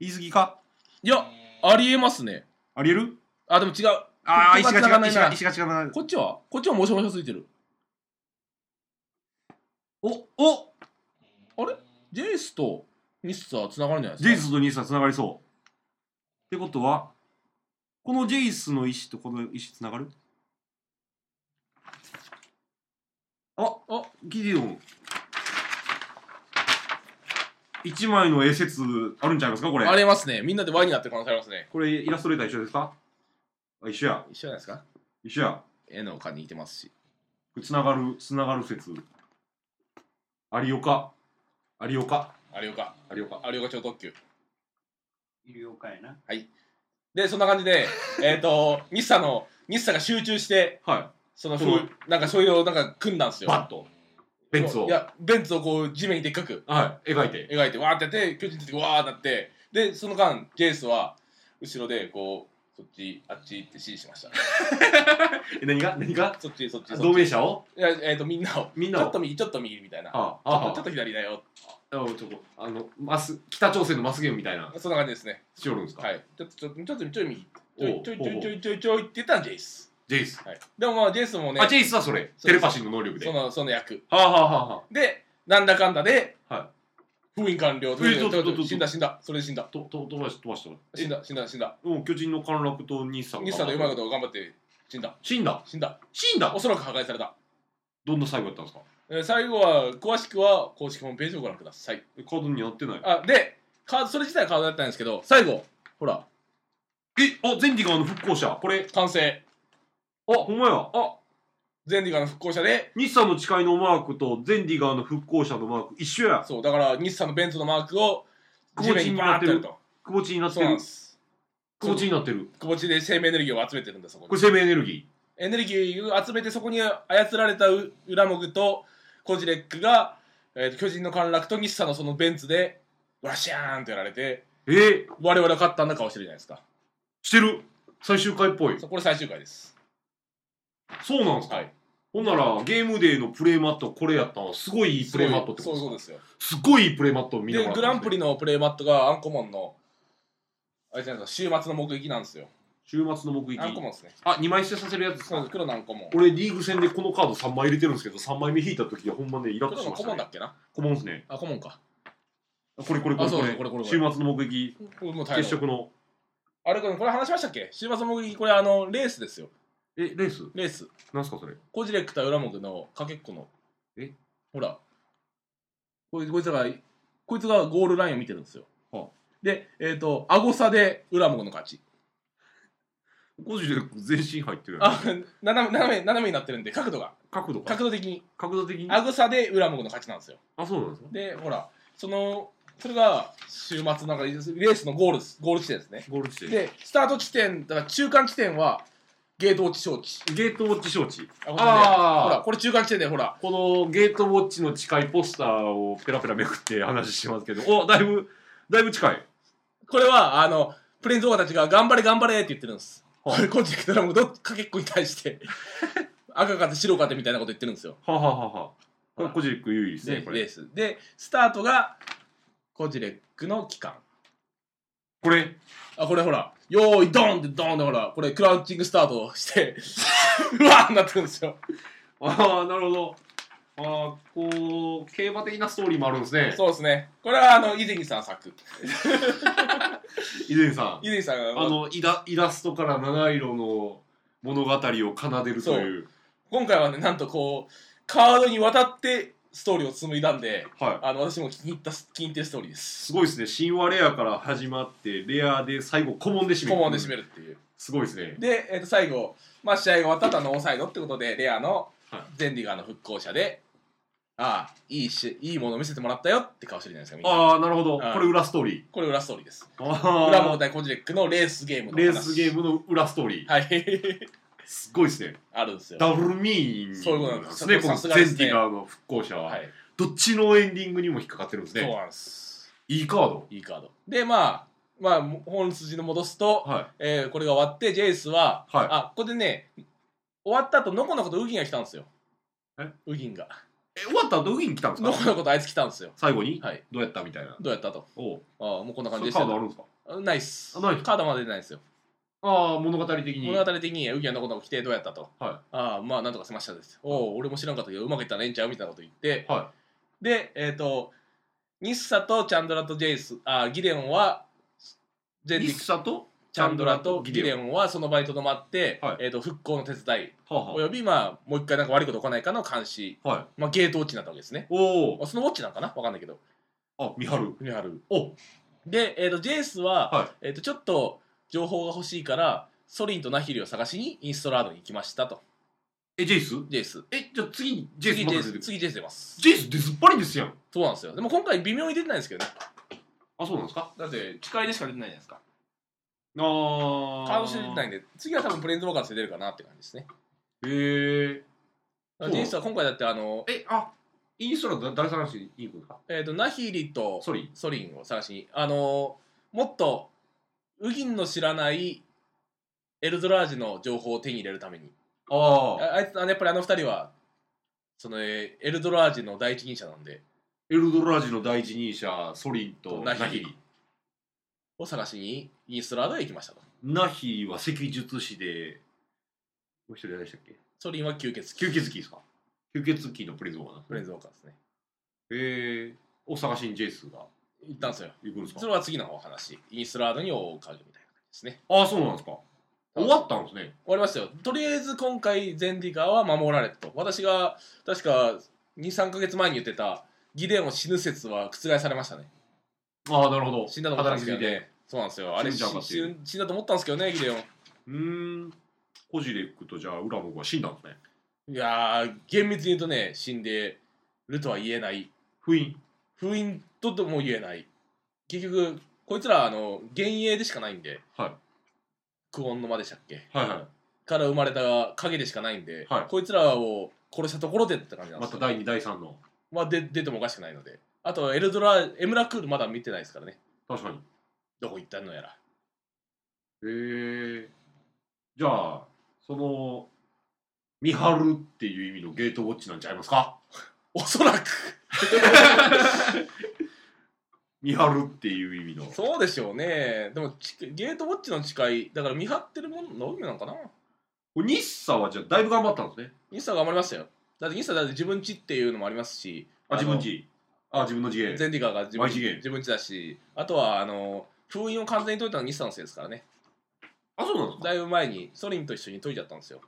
Speaker 1: 言い過ぎか
Speaker 2: いや、ありえますね。
Speaker 1: ありえる
Speaker 2: あ、でも違う。
Speaker 1: ああ
Speaker 2: こ
Speaker 1: 石が
Speaker 2: こが
Speaker 1: 違
Speaker 2: 繋がん
Speaker 1: う
Speaker 2: ない
Speaker 1: 石
Speaker 2: な
Speaker 1: が石が違うな
Speaker 2: こっちはこっちはもしもしょついてる。
Speaker 1: おお
Speaker 2: ジェイスとミスはつながるんじゃないで
Speaker 1: ジ
Speaker 2: すか。
Speaker 1: ェイスとニーサつながりそう。ってことは、このジェイスの石とこの石つながるあ
Speaker 2: あ
Speaker 1: ギディオン。一枚の絵説あるんちゃいますかこれ。
Speaker 2: ありえますね。みんなで Y になってる可能性ありますね。
Speaker 1: これイラストレーター一緒ですかあ一緒や。
Speaker 2: 一緒じゃないですか。
Speaker 1: 一緒や。
Speaker 2: 絵の丘に似てますし。
Speaker 1: つながる、つながる説。有岡。有岡。
Speaker 2: 有岡。
Speaker 1: 有岡。
Speaker 2: 有岡超特急。
Speaker 3: いるよかやな。
Speaker 2: で、そんな感 じで、えっと、ミスさんの、ミスさんが集中して、
Speaker 1: は
Speaker 2: その、
Speaker 1: こ
Speaker 2: ふ
Speaker 1: の
Speaker 2: なんかそういうのをなんか組んだんです
Speaker 1: い。
Speaker 2: よ。
Speaker 1: バッと。ベンツを
Speaker 2: い。や、ベンツをこう地面にでっかく
Speaker 1: はい。描いて。
Speaker 2: 描いて、わーってやって、巨人出てわーってなって、で、その間、ジェイスは、後ろでこう、そっち、あっち行って指示しました。
Speaker 1: え何が何が
Speaker 2: そっち、そっち、そ
Speaker 1: 同
Speaker 2: っち。
Speaker 1: 盟者を
Speaker 2: いや、えっと、みんなを。
Speaker 1: みん
Speaker 2: ち
Speaker 1: な
Speaker 2: ょ
Speaker 1: を
Speaker 2: っと右、ちょっと右みたいな。
Speaker 1: あ
Speaker 2: ちょっと
Speaker 1: あ
Speaker 2: ちょっと左だよ。
Speaker 1: ああちょっとあのマス北朝鮮のマスゲームみたいな
Speaker 2: そんな感じですね。
Speaker 1: しよるんですか、
Speaker 2: はい。ちょっと、ちょっと、ちょっと、ちょい右。ちょ
Speaker 1: お
Speaker 2: いうちょいちょいちょいちょいちょいって言ったのはジェイス。
Speaker 1: ジェイス、
Speaker 2: はい。でもまあ、ジェイスもね
Speaker 1: あ、ジェイスはそれ
Speaker 2: そう
Speaker 1: テレパシーの能力で
Speaker 2: そ
Speaker 1: は
Speaker 2: の、その役。
Speaker 1: あ、はあはあは
Speaker 2: で、なんだかんだで、
Speaker 1: あ、は
Speaker 2: 封印完了。
Speaker 1: えちょっとちょっとちょっと
Speaker 2: 死んだ、死んだ。それで死んだ。
Speaker 1: いとと飛ばし飛ばした
Speaker 2: 死ん
Speaker 1: だ
Speaker 2: だ、死んだ、死んだ。
Speaker 1: もう巨人の陥落と日産
Speaker 2: 西さんのうまいこと頑張って、死んだ。
Speaker 1: 死んだ
Speaker 2: 死んだ。
Speaker 1: 死んだ
Speaker 2: おそらく破壊された。
Speaker 1: どんな最後やったんですか
Speaker 2: えー最後は、詳しくは公式ホームページをご覧ください。
Speaker 1: えカードになってない
Speaker 2: あ、で、カード、それ自体はカードだったんですけど、最後、ほら、
Speaker 1: えあゼンディガーの復興者これ
Speaker 2: 完成。
Speaker 1: あほんまや
Speaker 2: あゼンディガの復興者で、
Speaker 1: 日産の誓いのマークとゼンディガーの復興者のマーク一緒や
Speaker 2: そう、だから、西さんのベンツのマークを、地面にバーってやると。
Speaker 1: くぼちになって
Speaker 2: そうなん
Speaker 1: る
Speaker 2: です。
Speaker 1: くぼちになってる
Speaker 2: くぼ地で生命エネルギーを集めてるんだ、そこ
Speaker 1: こ
Speaker 2: に
Speaker 1: れ。生命エネルギ
Speaker 2: エネルギーを集めて、そこに操られたウウラモグとコジレックが、えー巨人の陥落と西さんのそのベンツで、ワシャーンとやられて、
Speaker 1: ーえー、
Speaker 2: 我々は勝ったんだ顔してるじゃないですか。
Speaker 1: してる最終回っぽい
Speaker 2: そうこれ最終回です。
Speaker 1: そうなんですか、
Speaker 2: はい
Speaker 1: ほんならゲームデーのプレイマットこれやったのすごいいいプレイマットってこと
Speaker 2: そう
Speaker 1: で
Speaker 2: いう
Speaker 1: す
Speaker 2: こと
Speaker 1: か
Speaker 2: ですよ。
Speaker 1: すごいいいプレイマットを見なが
Speaker 2: で
Speaker 1: ら、
Speaker 2: グランプリのプレイマットがアンコモンの、あれじゃないですか、週末の目撃なんですよ。
Speaker 1: 週末の目撃
Speaker 2: アンコモンですね。
Speaker 1: あ二2枚捨てさせるやつです
Speaker 2: そうで
Speaker 1: か
Speaker 2: す黒のアンコモン。
Speaker 1: 俺リーグ戦でこのカード3枚入れてるんですけど3枚目引いた時はほんまねイラッと
Speaker 2: 黒
Speaker 1: し
Speaker 2: の
Speaker 1: まし
Speaker 2: コ
Speaker 1: た
Speaker 2: モンだ
Speaker 1: ね
Speaker 2: っけな
Speaker 1: コモンですね
Speaker 2: あ、コモンか。
Speaker 1: これこれこれ
Speaker 2: あそう
Speaker 1: こ
Speaker 2: そ
Speaker 1: れ
Speaker 2: うこれこれこ
Speaker 1: 週末
Speaker 2: れ
Speaker 1: の目撃
Speaker 2: これもう大
Speaker 1: 接
Speaker 2: 変。
Speaker 1: 触の
Speaker 2: あれこれ、これ話しましたっけ週末の目撃、これあの、レースですよ。
Speaker 1: えレース
Speaker 2: レース。
Speaker 1: なんすかそれ
Speaker 2: コジレックとウラモグのかけっこの。
Speaker 1: え
Speaker 2: ほら。こいつこいつが、こいつがゴールラインを見てるんですよ。
Speaker 1: はあ
Speaker 2: で、えっ、と、顎差でウラモグの勝ち。
Speaker 1: ゴジで全身入ってるやん
Speaker 2: あ、 斜め、斜め、斜めになってるんで、角度が。
Speaker 1: 角度か
Speaker 2: 角度的に。
Speaker 1: 角度的に
Speaker 2: 顎差でウラモグの勝ちなんですよ。
Speaker 1: あそうなんですか
Speaker 2: で、ほら、その、それが週末の中で、レースのゴールです、ゴール地点ですね。
Speaker 1: ゴール地点
Speaker 2: で、スタート地点、だから中間地点は、ゲート落ち承知。
Speaker 1: ゲートウォッチ招致
Speaker 2: あ、これねほら、
Speaker 1: ああ
Speaker 2: これ中間地点で、ほら、
Speaker 1: このゲートウォッチの近いポスターをペラペラめくって 話してますけどおだいぶだいぶ近い
Speaker 2: これは、あの、プレインズオーガーたちが、頑張れ頑張れって言ってるんです。これ、コンチェクトラムどっかけっこに対して、 赤かて白かてみたいなこと言ってるんですよ。
Speaker 1: はあはあはあはあこれコジリック優位です
Speaker 2: で
Speaker 1: ねこ
Speaker 2: レ
Speaker 1: れ
Speaker 2: ース。で、スタートが、コジレックの期間。
Speaker 1: これ
Speaker 2: あ、これほら、よーい、ドンってドンってほら、これクラウチングスタートして、 うわーなってるんですよ。
Speaker 1: ああなるほどああこう競馬的なストーリーもあるんですね
Speaker 2: そうですね。これは、あの、伊関さん作。
Speaker 1: 伊勢さん
Speaker 2: 伊関さんが、
Speaker 1: あのイライラストから七色の物語を奏でるという
Speaker 2: 今回はね、なんとこう、カードにわたってストーリーを紡いだんで、
Speaker 1: はい
Speaker 2: あの、私も気に入った、気に入ってるストーリーです。
Speaker 1: すごいですね神話レアから始まってレアで最後顧問で締め
Speaker 2: 顧
Speaker 1: る
Speaker 2: 問で締めるっていう。
Speaker 1: すごいですね
Speaker 2: で、えっと最後、まあ、試合が終わった後はノーサイドってことでレアの
Speaker 1: はい
Speaker 2: ゼンディガーの復興者で、ああいいしいいものを見せてもらったよって顔してるじゃないですかみんな
Speaker 1: ああなるほど
Speaker 2: はい
Speaker 1: これ裏ストーリ
Speaker 2: これ裏ストーリーです
Speaker 1: ー
Speaker 2: 裏モ
Speaker 1: あ
Speaker 2: ー対コジレックのレースゲーム
Speaker 1: あ
Speaker 2: の話
Speaker 1: レースゲームの裏ストーリー
Speaker 2: はい
Speaker 1: すごいですね
Speaker 2: あるんですよ
Speaker 1: ダブルミーン
Speaker 2: そういうことなんです
Speaker 1: ねこ
Speaker 2: さ
Speaker 1: の
Speaker 2: す
Speaker 1: ゼ
Speaker 2: がで
Speaker 1: ン
Speaker 2: すね
Speaker 1: ティガーの復興者は、
Speaker 2: はい、
Speaker 1: どっちのエンディングにも引っかかってるんです
Speaker 2: そう
Speaker 1: ね
Speaker 2: なんです
Speaker 1: いいカード
Speaker 2: いいカードでまあまあ本筋の戻すと、
Speaker 1: は
Speaker 2: えーこれが終わってジェイスは、
Speaker 1: はい
Speaker 2: あここでね終わった後のこのことウギンが来たんですよ
Speaker 1: え
Speaker 2: ウギンが
Speaker 1: いえ終わった後ウィン来たんです
Speaker 2: の
Speaker 1: か
Speaker 2: このことあいつ来たんですよ
Speaker 1: 最後に、
Speaker 2: はい
Speaker 1: どうやったみたいな
Speaker 2: どうやったと
Speaker 1: おう
Speaker 2: ああもうこんな感
Speaker 1: そう
Speaker 2: じ
Speaker 1: いう
Speaker 2: でした
Speaker 1: カー
Speaker 2: よ
Speaker 1: ドあるんですか
Speaker 2: ないっす。
Speaker 1: あないっす
Speaker 2: カードまで出ないですよ。
Speaker 1: ああ物語的に
Speaker 2: 物語的に、ウギはのことが来てどうやったと。
Speaker 1: はい
Speaker 2: ああ、まあ、なんとかしましたです。おお、俺も知らんかったけど、うまくいったらええんちゃうみたいなこと言って。
Speaker 1: は
Speaker 2: で、えっ、と、ニッサとチャンドラとジェイス、あーギデオンは、
Speaker 1: い
Speaker 2: ゼン
Speaker 1: リ
Speaker 2: ディ
Speaker 1: ッ
Speaker 2: ク、
Speaker 1: サと
Speaker 2: チャンドラとギデ
Speaker 1: オン
Speaker 2: オンはその場にとどまって、
Speaker 1: はい
Speaker 2: えっと復興の手伝い、
Speaker 1: はあ
Speaker 2: お
Speaker 1: は
Speaker 2: よび、まあ、もう一回なんか悪いこと起こらないかの監視、
Speaker 1: あはい
Speaker 2: まあ、ゲートウォッチになったわけですね。
Speaker 1: おお
Speaker 2: あそのウォッチなんかなわかんないけど。
Speaker 1: あ見張る
Speaker 2: 国原
Speaker 1: お
Speaker 2: で、えっ、と、ジェイスは、
Speaker 1: は
Speaker 2: えっ、と、ちょっと情報が欲しいから、ソリンとナヒリを探しにインストラードに行きましたと。
Speaker 1: えジェイス
Speaker 2: ジェイス。
Speaker 1: えじゃあ次にジェイス
Speaker 2: 次ジ
Speaker 1: ま
Speaker 2: ェ
Speaker 1: た
Speaker 2: イ
Speaker 1: 出てく
Speaker 2: ス、
Speaker 1: る
Speaker 2: 次ジェイス出ます。
Speaker 1: ジェイス出ずっぱりですやん
Speaker 2: そうなんですよ。でも今回微妙に出てないんですけどね。
Speaker 1: あそうなんですか
Speaker 2: だって、誓いでしか出てないじゃないですか。
Speaker 1: あー
Speaker 2: カードして出てないんで、次は多分プレーンズウォーカーズで出るかなって感じですね。
Speaker 1: へえ
Speaker 2: ジ
Speaker 1: そう
Speaker 2: ェイスは今回だって、あの、
Speaker 1: えあインストラだ誰探しに行くんですか
Speaker 2: えっ、と、ナヒリと
Speaker 1: ソリン
Speaker 2: ソリンを探しに、あの、もっと、ウギンの知らないエルドラージの情報を手に入れるために。
Speaker 1: ああ
Speaker 2: ああいつあのやっぱりあの二人はそのえーエルドラージの第一人者なんで
Speaker 1: エルドラジの第一人者ソリンと
Speaker 2: ナ
Speaker 1: ナ
Speaker 2: ヒ
Speaker 1: ヒ
Speaker 2: リ
Speaker 1: リ
Speaker 2: を探しにインストラードへ行きましたと
Speaker 1: ナヒリは赤術師でもう一人誰でしたっけ
Speaker 2: ソリンは吸血
Speaker 1: 吸血鬼ですか吸血鬼のプリズムかな
Speaker 2: フレンズウォーカーですね
Speaker 1: へえを探しにジェイスが
Speaker 2: 行ったんですよ
Speaker 1: 行くんです
Speaker 2: そ
Speaker 1: か
Speaker 2: れは次のお話インストラードに追う影みたいな感じですね
Speaker 1: ああそうなんですか終わったんですね
Speaker 2: 終わりましたよとりあえず今回ゼンディガーは守られたと私が確か23か月前に言ってたギデオン死ぬ説は覆されましたね
Speaker 1: ああなるほど
Speaker 2: 死んだと思ったんですけど
Speaker 1: 働きすぎ
Speaker 2: ねそうなんですよあれ
Speaker 1: 死んじゃうかってい
Speaker 2: 死ん死んだと思ったんですけどねギデオン
Speaker 1: うーんコジレックとじゃあウラモグは死んだんですね
Speaker 2: いやー厳密に言うとね死んでるとは言えない
Speaker 1: 封印
Speaker 2: 封印ととも言えない結局こいつらあの幻影でしかないんで、
Speaker 1: はい
Speaker 2: クオンの間でしたっけ
Speaker 1: はいは
Speaker 2: から生まれた影でしかないんで、
Speaker 1: はい
Speaker 2: こいつらを殺したところでって感じないんで
Speaker 1: ますた
Speaker 2: よ、
Speaker 1: 第2第3の
Speaker 2: まあ、で出てもおかしくないのであとエルドラエムラクールまだ見てないですからね
Speaker 1: 確かに
Speaker 2: どこ行ったのやら
Speaker 1: へえじゃあその見張るっていう意味のゲートウォッチなんちゃいますか
Speaker 2: おそらく
Speaker 1: 見張るっていう意味の
Speaker 2: そうでしょうねでもちゲートウォッチの誓いだから見張ってるものの意味なんかな
Speaker 1: ニッサはじゃあだいぶ頑張ったんですね
Speaker 2: インスタ頑張りましたよだってインスタだって自分ちっていうのもありますし
Speaker 1: あ
Speaker 2: の
Speaker 1: 自分ちあ自分の次元
Speaker 2: ゼンディガーが自分
Speaker 1: Y 次元
Speaker 2: 自分ちだし、あとはあの封印を完全に解いたのは西田のせいですからね、
Speaker 1: あそうなんですか
Speaker 2: だいぶ前にソリンと一緒に解いちゃったんですよ。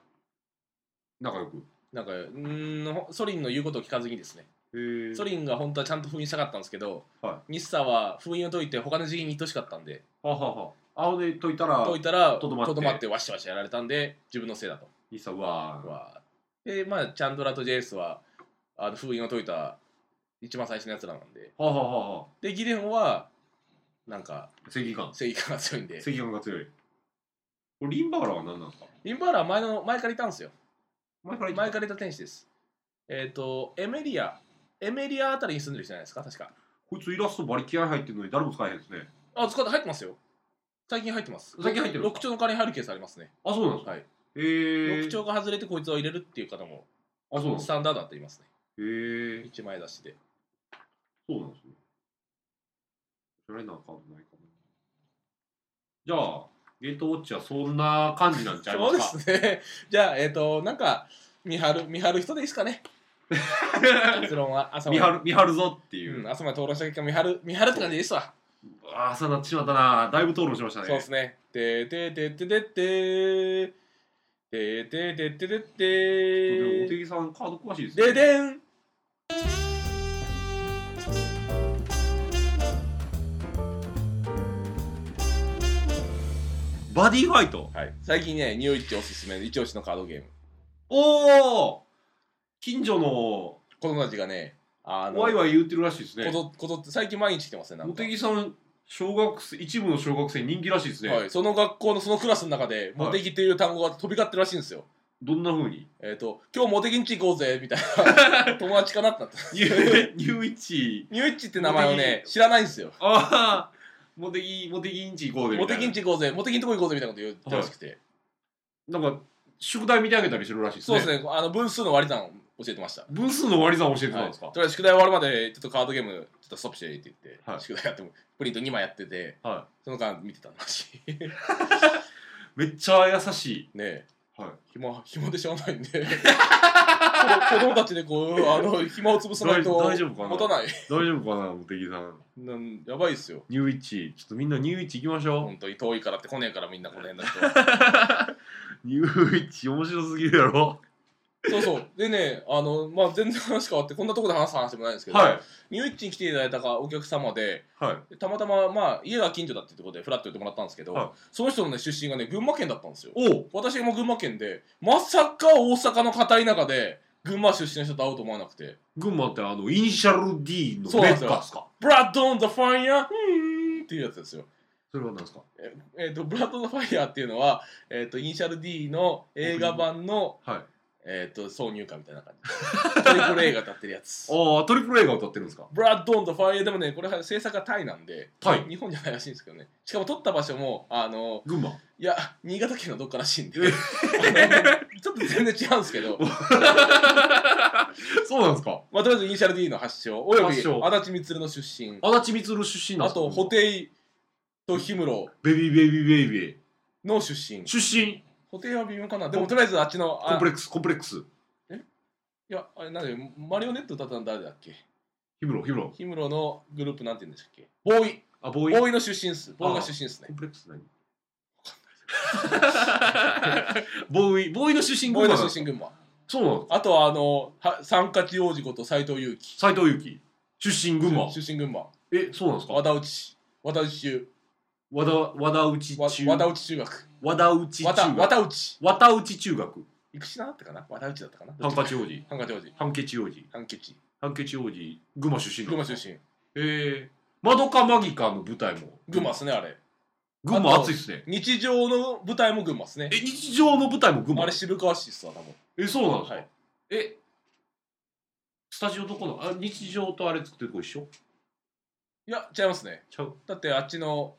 Speaker 1: 仲良く
Speaker 2: なんか、うーんほソリンの言うことを聞かずにですね、
Speaker 1: へえ
Speaker 2: ソリンが本当はちゃんと封印したかったんですけど、
Speaker 1: は
Speaker 2: 西田は封印を解いて、他の次元に行ってほしかったんで、
Speaker 1: はははあほんで解いたら
Speaker 2: 解いたら、
Speaker 1: とどまって
Speaker 2: わしわしやられたんで、自分のせいだと。
Speaker 1: ニッサは
Speaker 2: わーで、まあ、チャンドラとジェイスはあの封印を解いた一番最初のやつらなんで、
Speaker 1: はははは
Speaker 2: で、ギデオンは、なんか、
Speaker 1: 正義感
Speaker 2: 正義感が強いんで、
Speaker 1: 正義感が強いこれリンバーラは何なんですか
Speaker 2: リンバーラは前の前からいたんですよ。
Speaker 1: 前から
Speaker 2: 前からいた天使です。えっ、と、エメリア、エメリアあたりに住んでる人じゃないですか、確か。
Speaker 1: こいつイラストバリ気合入ってるのに誰も使えへんですね
Speaker 2: あ、使って入ってますよ。最近入ってます。
Speaker 1: 最近入ってる
Speaker 2: 六丁の代わりに入るケースありますね。
Speaker 1: あそうなんですか
Speaker 2: は
Speaker 1: へ
Speaker 2: い
Speaker 1: え
Speaker 2: 六丁が外れてこいつを入れるっていう方も、
Speaker 1: あそうなんで
Speaker 2: ス
Speaker 1: すか
Speaker 2: タンダードだって言いますね。
Speaker 1: へえ
Speaker 2: 一枚出しで。
Speaker 1: そうなんですね。おしゃれなカードないかも。じゃあゲートウォッチはそんな感じなんちゃいま
Speaker 2: そう
Speaker 1: す
Speaker 2: で
Speaker 1: か
Speaker 2: すね。 じゃあ、えっ、と、なんか、見張る、見張る人でいいですかね。結論は朝ま
Speaker 1: 見
Speaker 2: で。
Speaker 1: 張る見張るぞっていう、
Speaker 2: うん、朝まで討論した結果、見張る、見張るって感じでいいっすわ。
Speaker 1: ああそうなってしまったなだいぶ討論しましたね
Speaker 2: そうですね。ててててててててててて
Speaker 1: でもお
Speaker 2: て
Speaker 1: 手木さんカード詳しいですね
Speaker 2: ででん
Speaker 1: バディファイト
Speaker 2: はい。最近ね、ニオイチおすすめ、一押しのカードゲーム。
Speaker 1: おお近所の
Speaker 2: 子供たちがね、あの、
Speaker 1: ワイワイ言ってるらしいですね
Speaker 2: こぞこぞって最近毎日来てますね、なん
Speaker 1: 茂
Speaker 2: か。
Speaker 1: 木さん小学生一部の小学生に人気らしいですね、
Speaker 2: はい、その学校のそのクラスの中で、モテギという単語が飛び交ってるらしいんですよ。
Speaker 1: どんな風 に
Speaker 2: えっ、と、今日モテギんち行こうぜ、みたい な。友達かなってなった。
Speaker 1: ニュニューイチ
Speaker 2: ニュイッチって名前をね、知らないんですよ。
Speaker 1: ああ茂木茂木インチ行こうぜみ
Speaker 2: モ
Speaker 1: た
Speaker 2: テ
Speaker 1: い
Speaker 2: ギん
Speaker 1: な
Speaker 2: ち行こうぜ、モテギんとこ行こうぜ、みたいなこと言ってらしくて。
Speaker 1: なんか宿題見てあげたりしてるらしいです
Speaker 2: そう
Speaker 1: ね
Speaker 2: ですね、あの、分数の割り算を教えてました。
Speaker 1: 分数の割り算教えてた
Speaker 2: は
Speaker 1: ん
Speaker 2: い、
Speaker 1: ですか
Speaker 2: と、りあえず宿題終わるまでちょっとカードゲームちょっとストップしてって言って、
Speaker 1: はい
Speaker 2: 宿題やってもプリント2枚やってて
Speaker 1: は
Speaker 2: その間見てたらし いね
Speaker 1: い、めっちゃ優しい、
Speaker 2: え
Speaker 1: はい、
Speaker 2: 暇暇でしょうがないんで 子子供たちでこうあの暇を潰さないと
Speaker 1: 大大丈夫かな
Speaker 2: 持たない
Speaker 1: 大丈夫かな茂木さん
Speaker 2: なんやばいっすよ
Speaker 1: ニューイチちょっとみんなニューイチ行きましょ
Speaker 2: 本当に遠いからって来ねえからみんなこの辺
Speaker 1: う、
Speaker 2: だ
Speaker 1: ニューイチ面白すぎるやろ
Speaker 2: とそうそうでねあの、まあ、全然話変わってこんなとこで話す話でもないんですけど、
Speaker 1: はい
Speaker 2: ニューイッチに来ていただいたかお客様で
Speaker 1: はい
Speaker 2: たまたま、まあ、家が近所だっていうことでフラッと言ってもらったんですけど、
Speaker 1: はい
Speaker 2: その人の、ね、出身がね群馬県だったんですよ
Speaker 1: おう
Speaker 2: 私も群馬県でまさか大阪の片田舎で群馬出身の人と会うと思わなくて
Speaker 1: 群馬ってあのイニシャル D の
Speaker 2: そうな
Speaker 1: メ
Speaker 2: ん
Speaker 1: ッ
Speaker 2: ですよ
Speaker 1: カですか
Speaker 2: ブラッドオン・ザ・ファイヤーっていうやつですよ、
Speaker 1: それは何ですか
Speaker 2: えっとブラッド・オン・ザ・ファイヤーっていうのは、えっとイニシャル D の映画版の、
Speaker 1: はい
Speaker 2: えっと挿入歌みたいな感じトリプル A が歌ってるや つ
Speaker 1: ああトリプル A が歌ってるんですか
Speaker 2: ブラッド・オン・ザ・ファイヤーでもねこれは制作がタイなんで
Speaker 1: タイ
Speaker 2: 日本じゃないらしいんですけどねしかも撮った場所もあの
Speaker 1: 群馬
Speaker 2: いや新潟県のどっからしいんで
Speaker 1: え
Speaker 2: あのちょっと全然違うんですけど
Speaker 1: そうなんですか
Speaker 2: まあ、とりあえずイニシャル D の発祥および
Speaker 1: 発
Speaker 2: 足
Speaker 1: 祥
Speaker 2: 立光の出身あ
Speaker 1: 足立光出身なんですか
Speaker 2: と布袋と氷室
Speaker 1: ベビーベビーベイビー
Speaker 2: の出身
Speaker 1: 出身
Speaker 2: 布袋は微妙かなでもとりあえずあっちの
Speaker 1: コ
Speaker 2: あ
Speaker 1: ンプレックスコンプレックス
Speaker 2: いやあれなんでマリオネット歌ったの誰だっけ
Speaker 1: ヒムロヒムロ
Speaker 2: 氷室のグループなんて言うんでしたっけボーイ
Speaker 1: あボ
Speaker 2: ボ
Speaker 1: ーイ
Speaker 2: ーイの出身っすボーイが出身っすね
Speaker 1: コンプレックス何ボーイボーイの出身
Speaker 2: ボ
Speaker 1: 群
Speaker 2: ーイ
Speaker 1: 馬なん
Speaker 2: の
Speaker 1: で
Speaker 2: 出
Speaker 1: す
Speaker 2: 身群馬
Speaker 1: そうなんですか
Speaker 2: あとはあのは三勝王子こと斎藤佑樹
Speaker 1: 斎藤由貴出身群馬
Speaker 2: 出身群馬
Speaker 1: えそうなんですか
Speaker 2: 和田内和田内中
Speaker 1: 和田和田内
Speaker 2: わ
Speaker 1: 中
Speaker 2: 和田内中学
Speaker 1: 和田内
Speaker 2: 和
Speaker 1: 中
Speaker 2: 田
Speaker 1: 学
Speaker 2: 和田内
Speaker 1: 和田内中学
Speaker 2: いくしなだったかな和田内だったかな
Speaker 1: ハンカチ王子
Speaker 2: ハンカチ王子
Speaker 1: ハンケチ王子
Speaker 2: ハンケチ
Speaker 1: ハンケチ王子群馬出身
Speaker 2: 群馬出
Speaker 1: 身
Speaker 2: 身
Speaker 1: ええマドカマギカの舞台も
Speaker 2: 群馬っすねあれ
Speaker 1: 群馬熱いっすね
Speaker 2: 日常の舞台も群馬ですね
Speaker 1: え。日常の舞台も群馬
Speaker 2: あれ渋川市っすわ、多分。
Speaker 1: えそうなんですか、
Speaker 2: はい
Speaker 1: えスタジオどこのあ日常とあれ作ってるとこ一緒
Speaker 2: いや、違いますね。
Speaker 1: ちゃう
Speaker 2: だってあっちの、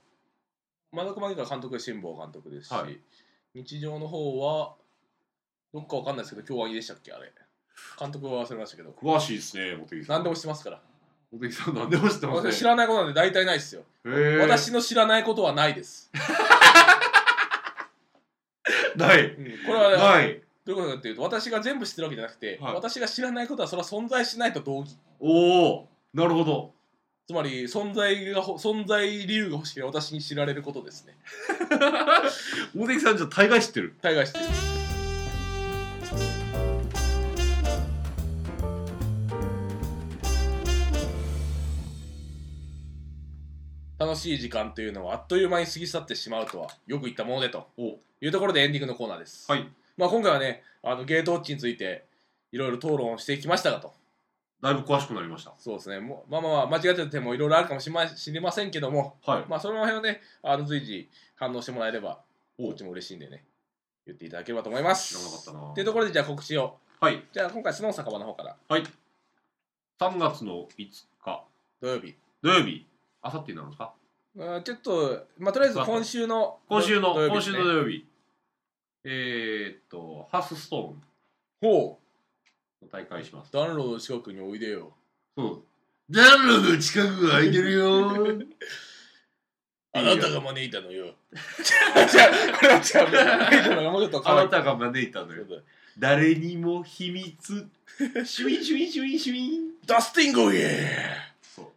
Speaker 2: 真中真が監督で辛坊監督ですし、
Speaker 1: はい
Speaker 2: 日常の方は、どっかわかんないですけど、京アニでしたっけ、あれ。監督は忘れましたけど。
Speaker 1: 詳しいっすね茂木さん
Speaker 2: 何でもしてますから。
Speaker 1: 茂木さん何でも知ってますね
Speaker 2: 私知らないことなんで大体ないですよ。
Speaker 1: へー
Speaker 2: 私の知らないことはないです。
Speaker 1: ない
Speaker 2: うんこれは、ね、
Speaker 1: ない
Speaker 2: どういうことかっていうと、私が全部知ってるわけじゃなくて、
Speaker 1: はい
Speaker 2: 私が知らないことはそれは存在しないと同義。
Speaker 1: おおなるほど
Speaker 2: つまり存在がほ存在理由が欲しければ私に知られることですね。
Speaker 1: 茂木さんじゃあ大概知ってる
Speaker 2: 大概知ってる。楽しい時間というのはあっという間に過ぎ去ってしまうとはよく言ったものでと
Speaker 1: お
Speaker 2: いうところでエンディングのコーナーです。
Speaker 1: はい
Speaker 2: まあ、今回はねあのゲートウォッチについていろいろ討論をしてきましたがと
Speaker 1: だいぶ詳しくなりました
Speaker 2: そうですねもうまあまあまあ間違ってた点もいろいろあるかもしれま知りませんけども、
Speaker 1: はい
Speaker 2: まあ、その辺をねあの随時反応してもらえれば
Speaker 1: お
Speaker 2: こっちも嬉しいんでね言っていただければと思います。
Speaker 1: 知らなかったな
Speaker 2: というところでじゃあ告知を
Speaker 1: はい
Speaker 2: じゃあ今回スノー酒場の方から
Speaker 1: はい3月の5日
Speaker 2: 土曜日
Speaker 1: 土曜日あさってになるんですか
Speaker 2: うんちょっとまあとりあえず今週の
Speaker 1: 今週の、
Speaker 2: 土曜日
Speaker 1: 今
Speaker 2: で
Speaker 1: 週
Speaker 2: すね
Speaker 1: の土曜日えー、っとハーススト
Speaker 2: ほ
Speaker 1: ーンの大会します
Speaker 2: う暖炉の近くにおいでよ
Speaker 1: そう暖炉の近くが空いてるよ
Speaker 2: あなたが招いたの よ。違う、これは違う。招いたのがもうちょっと
Speaker 1: あ
Speaker 2: 可愛。
Speaker 1: ないたが招いたの
Speaker 2: そう
Speaker 1: よ。
Speaker 2: だ
Speaker 1: 誰にも秘密。シュインシュインシュインシュイン。
Speaker 2: ダスティンゴイエー
Speaker 1: そう。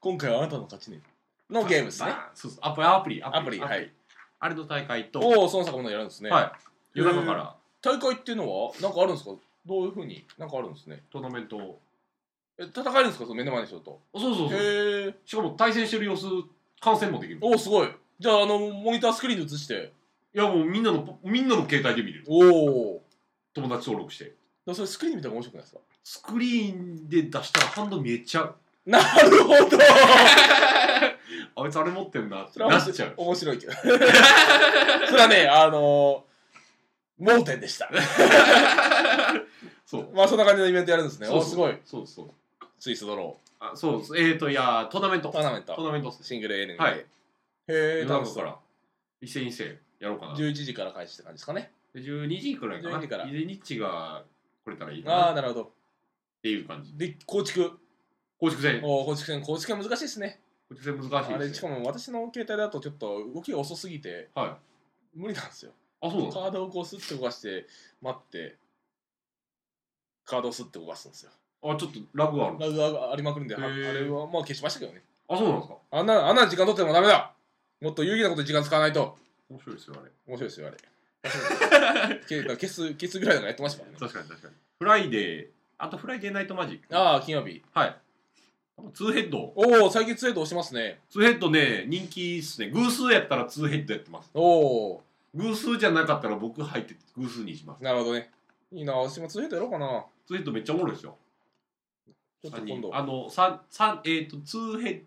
Speaker 2: 今回はあなたの勝ちね。のゲームですね
Speaker 1: バ。ーンそうそう。アプリ、アプリ、
Speaker 2: アプリ、はい。。
Speaker 1: あれの大会と、
Speaker 2: おお、その坂本やるんですね。
Speaker 1: はい。夜中から
Speaker 2: 大会っていうのは、なんかあるんですかどういうふうに、なんかあるんですね。
Speaker 1: トーナメントを。
Speaker 2: え、戦えるんですかその目の前の人と。
Speaker 1: そうそうそう。
Speaker 2: へえ。
Speaker 1: しかも対戦してる様子、観戦もできる。
Speaker 2: おお、すごい。じゃあ、あの、モニタースクリーンに映して。
Speaker 1: いやもうみんなのポ、みんなの携帯で見れる。
Speaker 2: お
Speaker 1: 友達登録して。
Speaker 2: お。それスクリーン見たら面白くないですか
Speaker 1: スクリーンで出したらハンド見えちゃう。
Speaker 2: なるほど
Speaker 1: あいつあれ持ってんなって
Speaker 2: それは
Speaker 1: な
Speaker 2: 面
Speaker 1: っち
Speaker 2: 白
Speaker 1: ゃ。
Speaker 2: いう面白いけど。 それはね、あの盲点でした。
Speaker 1: そう。
Speaker 2: まあそんな感じのイベントやるんですね。
Speaker 1: そう
Speaker 2: お
Speaker 1: そう
Speaker 2: すごい。。
Speaker 1: そうそう。
Speaker 2: スイスドロ
Speaker 1: あそうです。えっ、ー、と、いや、トーナメント。
Speaker 2: ー。トーナメン
Speaker 1: トー
Speaker 2: ト。
Speaker 1: ナメントっす。
Speaker 2: シングル A で。
Speaker 1: はい
Speaker 2: へえ、
Speaker 1: 夜
Speaker 2: 楽
Speaker 1: 中
Speaker 2: し
Speaker 1: か
Speaker 2: そう。
Speaker 1: ら、一戦一戦やろうかな。
Speaker 2: 11時から開始って感じですかね。
Speaker 1: で12時くらいかな。
Speaker 2: 12時から
Speaker 1: イゼニッチが来れたらいいか
Speaker 2: あ
Speaker 1: な
Speaker 2: あ、
Speaker 1: っ
Speaker 2: なるほど。
Speaker 1: ていう感じ。
Speaker 2: で、構築。
Speaker 1: 公式戦。公
Speaker 2: おー構築戦、構築戦難しいですね。
Speaker 1: 式戦難しい
Speaker 2: あれ、
Speaker 1: で
Speaker 2: し
Speaker 1: す
Speaker 2: か
Speaker 1: ね。
Speaker 2: も私の携帯だとちょっと動きが遅すぎて、
Speaker 1: はい。
Speaker 2: 無理なんですよ。
Speaker 1: あ、そうな
Speaker 2: カ
Speaker 1: の
Speaker 2: ードをこうスッと動かして、待って、カードをスッと動かすんですよ。
Speaker 1: あ、ちょっとラグがある。
Speaker 2: ラグがありまくるんで、あ
Speaker 1: へ
Speaker 2: あ
Speaker 1: ー
Speaker 2: れはまあ消しましたけどね。
Speaker 1: あ、そうなんですか
Speaker 2: あんな、あんな時間取ってもダメだもっと有意義なことに時間使わないと。
Speaker 1: 面白いですよ、あれ。
Speaker 2: 面白いで すよ、あれ。け消す、消すぐらいだからやってましたからね。
Speaker 1: 確かに確かに。フライデー、あとフライデーナイトマジック。
Speaker 2: ああ、金曜日。
Speaker 1: はい。ツーヘッド。
Speaker 2: おお、最近ツイート押してますね。
Speaker 1: ツーヘッドね、人気っすね。偶数やったらツーヘッドやってます。
Speaker 2: おお、
Speaker 1: 偶数じゃなかったら僕入って偶数にします。
Speaker 2: なるほどね。いいな、私もツイートやろうかな。
Speaker 1: ツーヘッドめっちゃおもろいですよ。
Speaker 2: ちょっと今度、
Speaker 1: あの、三三えっ、と、ツーヘッ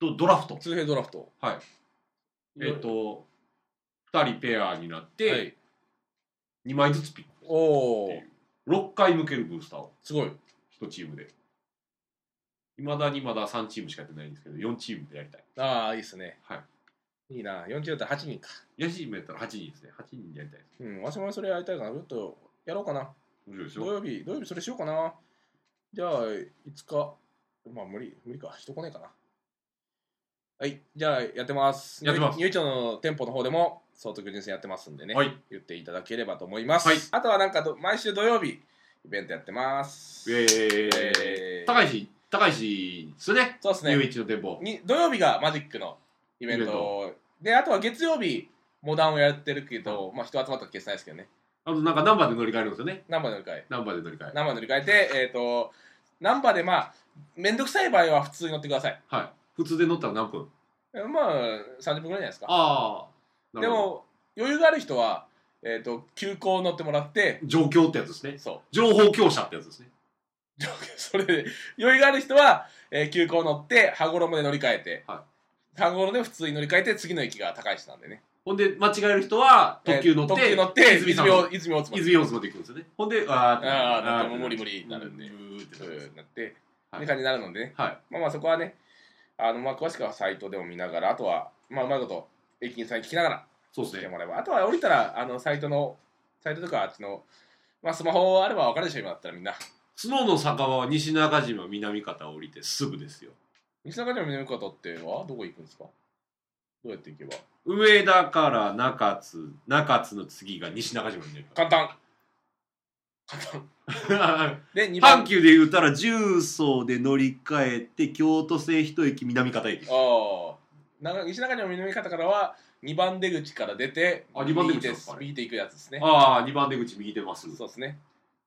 Speaker 1: ドドラフト。
Speaker 2: ツーヘイドラフト。
Speaker 1: はい。えっ、と、二人ペアになっ
Speaker 2: は
Speaker 1: て、
Speaker 2: い、
Speaker 1: 二枚ずつピック。
Speaker 2: おお
Speaker 1: ってい、う6回向けるブースターを、
Speaker 2: すごい。
Speaker 1: 1チームで。いまだにまだ3チームしかやってないんですけど、4チームでやりたい。
Speaker 2: ああ、いいですね。。
Speaker 1: はい
Speaker 2: いいな、40だったら8人か。
Speaker 1: ヤシームやったら8人ですね。8人でやりたいです。
Speaker 2: うん、私もそれやりたいかな。ちょっとやろうかな。
Speaker 1: 面白いでし
Speaker 2: 土
Speaker 1: ょ
Speaker 2: 曜日、土曜日それしようかな。じゃあ、5日。まあ、無理、無理か。人来ないかな。はい。じゃあ、やってます。
Speaker 1: やってます
Speaker 2: ニューイチョの店舗の方でも、総督人選やってますんでね、
Speaker 1: はい。
Speaker 2: 言っていただければと思います。
Speaker 1: はい
Speaker 2: あとは、なんかど、毎週土曜日、イベントやってます。
Speaker 1: えー、
Speaker 2: えー
Speaker 1: 高石、高石ですね。
Speaker 2: そうです
Speaker 1: ニューイ
Speaker 2: ね
Speaker 1: チの店舗。
Speaker 2: に。土曜日がマジックのイベント。
Speaker 1: イベン
Speaker 2: で、あとは月曜日、モダンをやってるけど、まあ、人集まったら消せないですけどね。
Speaker 1: あとなんかナンバーで乗り換えるんですよね。
Speaker 2: 生で乗り換え。
Speaker 1: ナンバーで乗り換え。
Speaker 2: 生で乗り換えて、えっ、と、ナンバーでまあ、めんどくさい場合は普通に乗ってください。
Speaker 1: はい。普通で乗ったら何分
Speaker 2: えまあ30分ぐらいじゃないですか
Speaker 1: ああ。
Speaker 2: でも余裕がある人は、えー、と急行乗ってもらって
Speaker 1: 状況ってやつですね。
Speaker 2: そ
Speaker 1: 情報強者ってやつですね。
Speaker 2: う それで余裕がある人は、えー急行乗って羽衣で乗り換えて、
Speaker 1: は
Speaker 2: 羽衣で普通に乗り換えて次の駅が高石なんでね
Speaker 1: ほんで、間違える人は特急乗って、
Speaker 2: えー特急乗って
Speaker 1: 泉
Speaker 2: 泉
Speaker 1: さん
Speaker 2: を泉大津まで
Speaker 1: 泉大津まで行くんですよね。ほんで、あー
Speaker 2: あーなん
Speaker 1: ー
Speaker 2: かもう無理無理になるんで
Speaker 1: うーって
Speaker 2: そう
Speaker 1: なるん
Speaker 2: い
Speaker 1: です
Speaker 2: うなって、
Speaker 1: はい
Speaker 2: って感じになるのでね
Speaker 1: はい。
Speaker 2: まあまあそこはねあの、まあ、詳しくはサイトでも見ながらあとはまあうまいこと駅員さんに聞きながら
Speaker 1: そう
Speaker 2: 来
Speaker 1: です
Speaker 2: て
Speaker 1: ね。
Speaker 2: もらえばあとは降りたらあのサイトのサイトとかあっちのまあスマホあれば分かるでしょ今だったらみんな
Speaker 1: スノーの酒場は西中島南方を降りてすぐですよ。
Speaker 2: 西中島南方ってはどこ行くんですかどうやって行けば
Speaker 1: 上田から中津、中津の次が西中島南
Speaker 2: 簡単簡単
Speaker 1: 方。
Speaker 2: で2番
Speaker 1: 阪急で言うたら重曹で乗り換えて京都線一駅南方駅。
Speaker 2: ああな西中島南方からは2番出口から出て
Speaker 1: あ二番出口なん
Speaker 2: 右で
Speaker 1: です
Speaker 2: す
Speaker 1: かあれ
Speaker 2: 右手行くやつですね
Speaker 1: ああ、2番出口右手まっすぐ。
Speaker 2: そうですね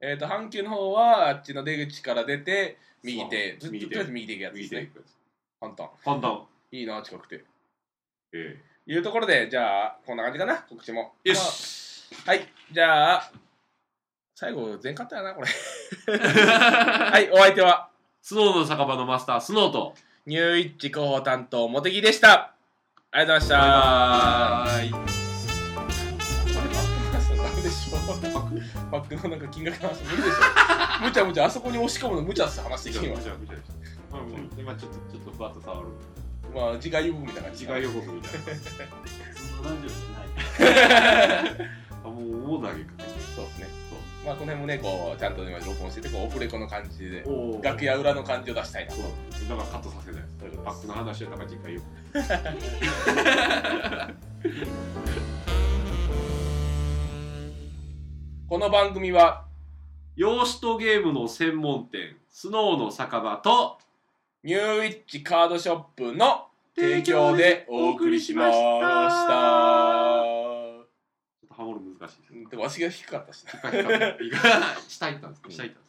Speaker 2: えっ、と阪急の方はあっちの出口から出て右手ずっと
Speaker 1: 右
Speaker 2: とりあえず
Speaker 1: 手。
Speaker 2: 右手行くやつで
Speaker 1: 右
Speaker 2: す
Speaker 1: 手
Speaker 2: ね
Speaker 1: 行くやつ。
Speaker 2: 簡単
Speaker 1: 簡単。
Speaker 2: いいな近くて
Speaker 1: え
Speaker 2: いうところでじゃあこんな感じかな告知も
Speaker 1: え。よし。
Speaker 2: まあはいじゃあ最後全勝ったよなこれ はいお相手は
Speaker 1: スノーの酒場のマスター、スノーと。
Speaker 2: ニューイッチ広報担当茂木でしたありがとうございま
Speaker 1: バイバーイ。
Speaker 2: したダメでしょバックのなんか金額の話無理でしょ むちゃむちゃあそこに押し込むの無茶っす話してきて今
Speaker 1: 今ちょっとちょっとふわっと触る
Speaker 2: まあ次回予告みたいな感じ
Speaker 1: 次回予告 みたいな
Speaker 3: そのラジオじゃない。
Speaker 1: あもう大投げかけ
Speaker 2: そうですねまあこの辺もねこうちゃんと今録音しててこうオフレコの感じで
Speaker 1: おお
Speaker 2: 楽屋裏の感じを出したいな
Speaker 1: そうだからカットさせない
Speaker 2: 大丈夫
Speaker 1: バ
Speaker 2: で
Speaker 1: ッ
Speaker 2: す
Speaker 1: クの話はだから次回よ
Speaker 2: この番組は
Speaker 1: 洋酒とゲームの専門店スノーの酒場と
Speaker 2: ニューウィッチカードショップの提供でお送りしました
Speaker 1: ちょっとハモるの難しいです
Speaker 2: でわしが低かったしな
Speaker 1: 一回引っかかった下行ったんですか下行ったんですか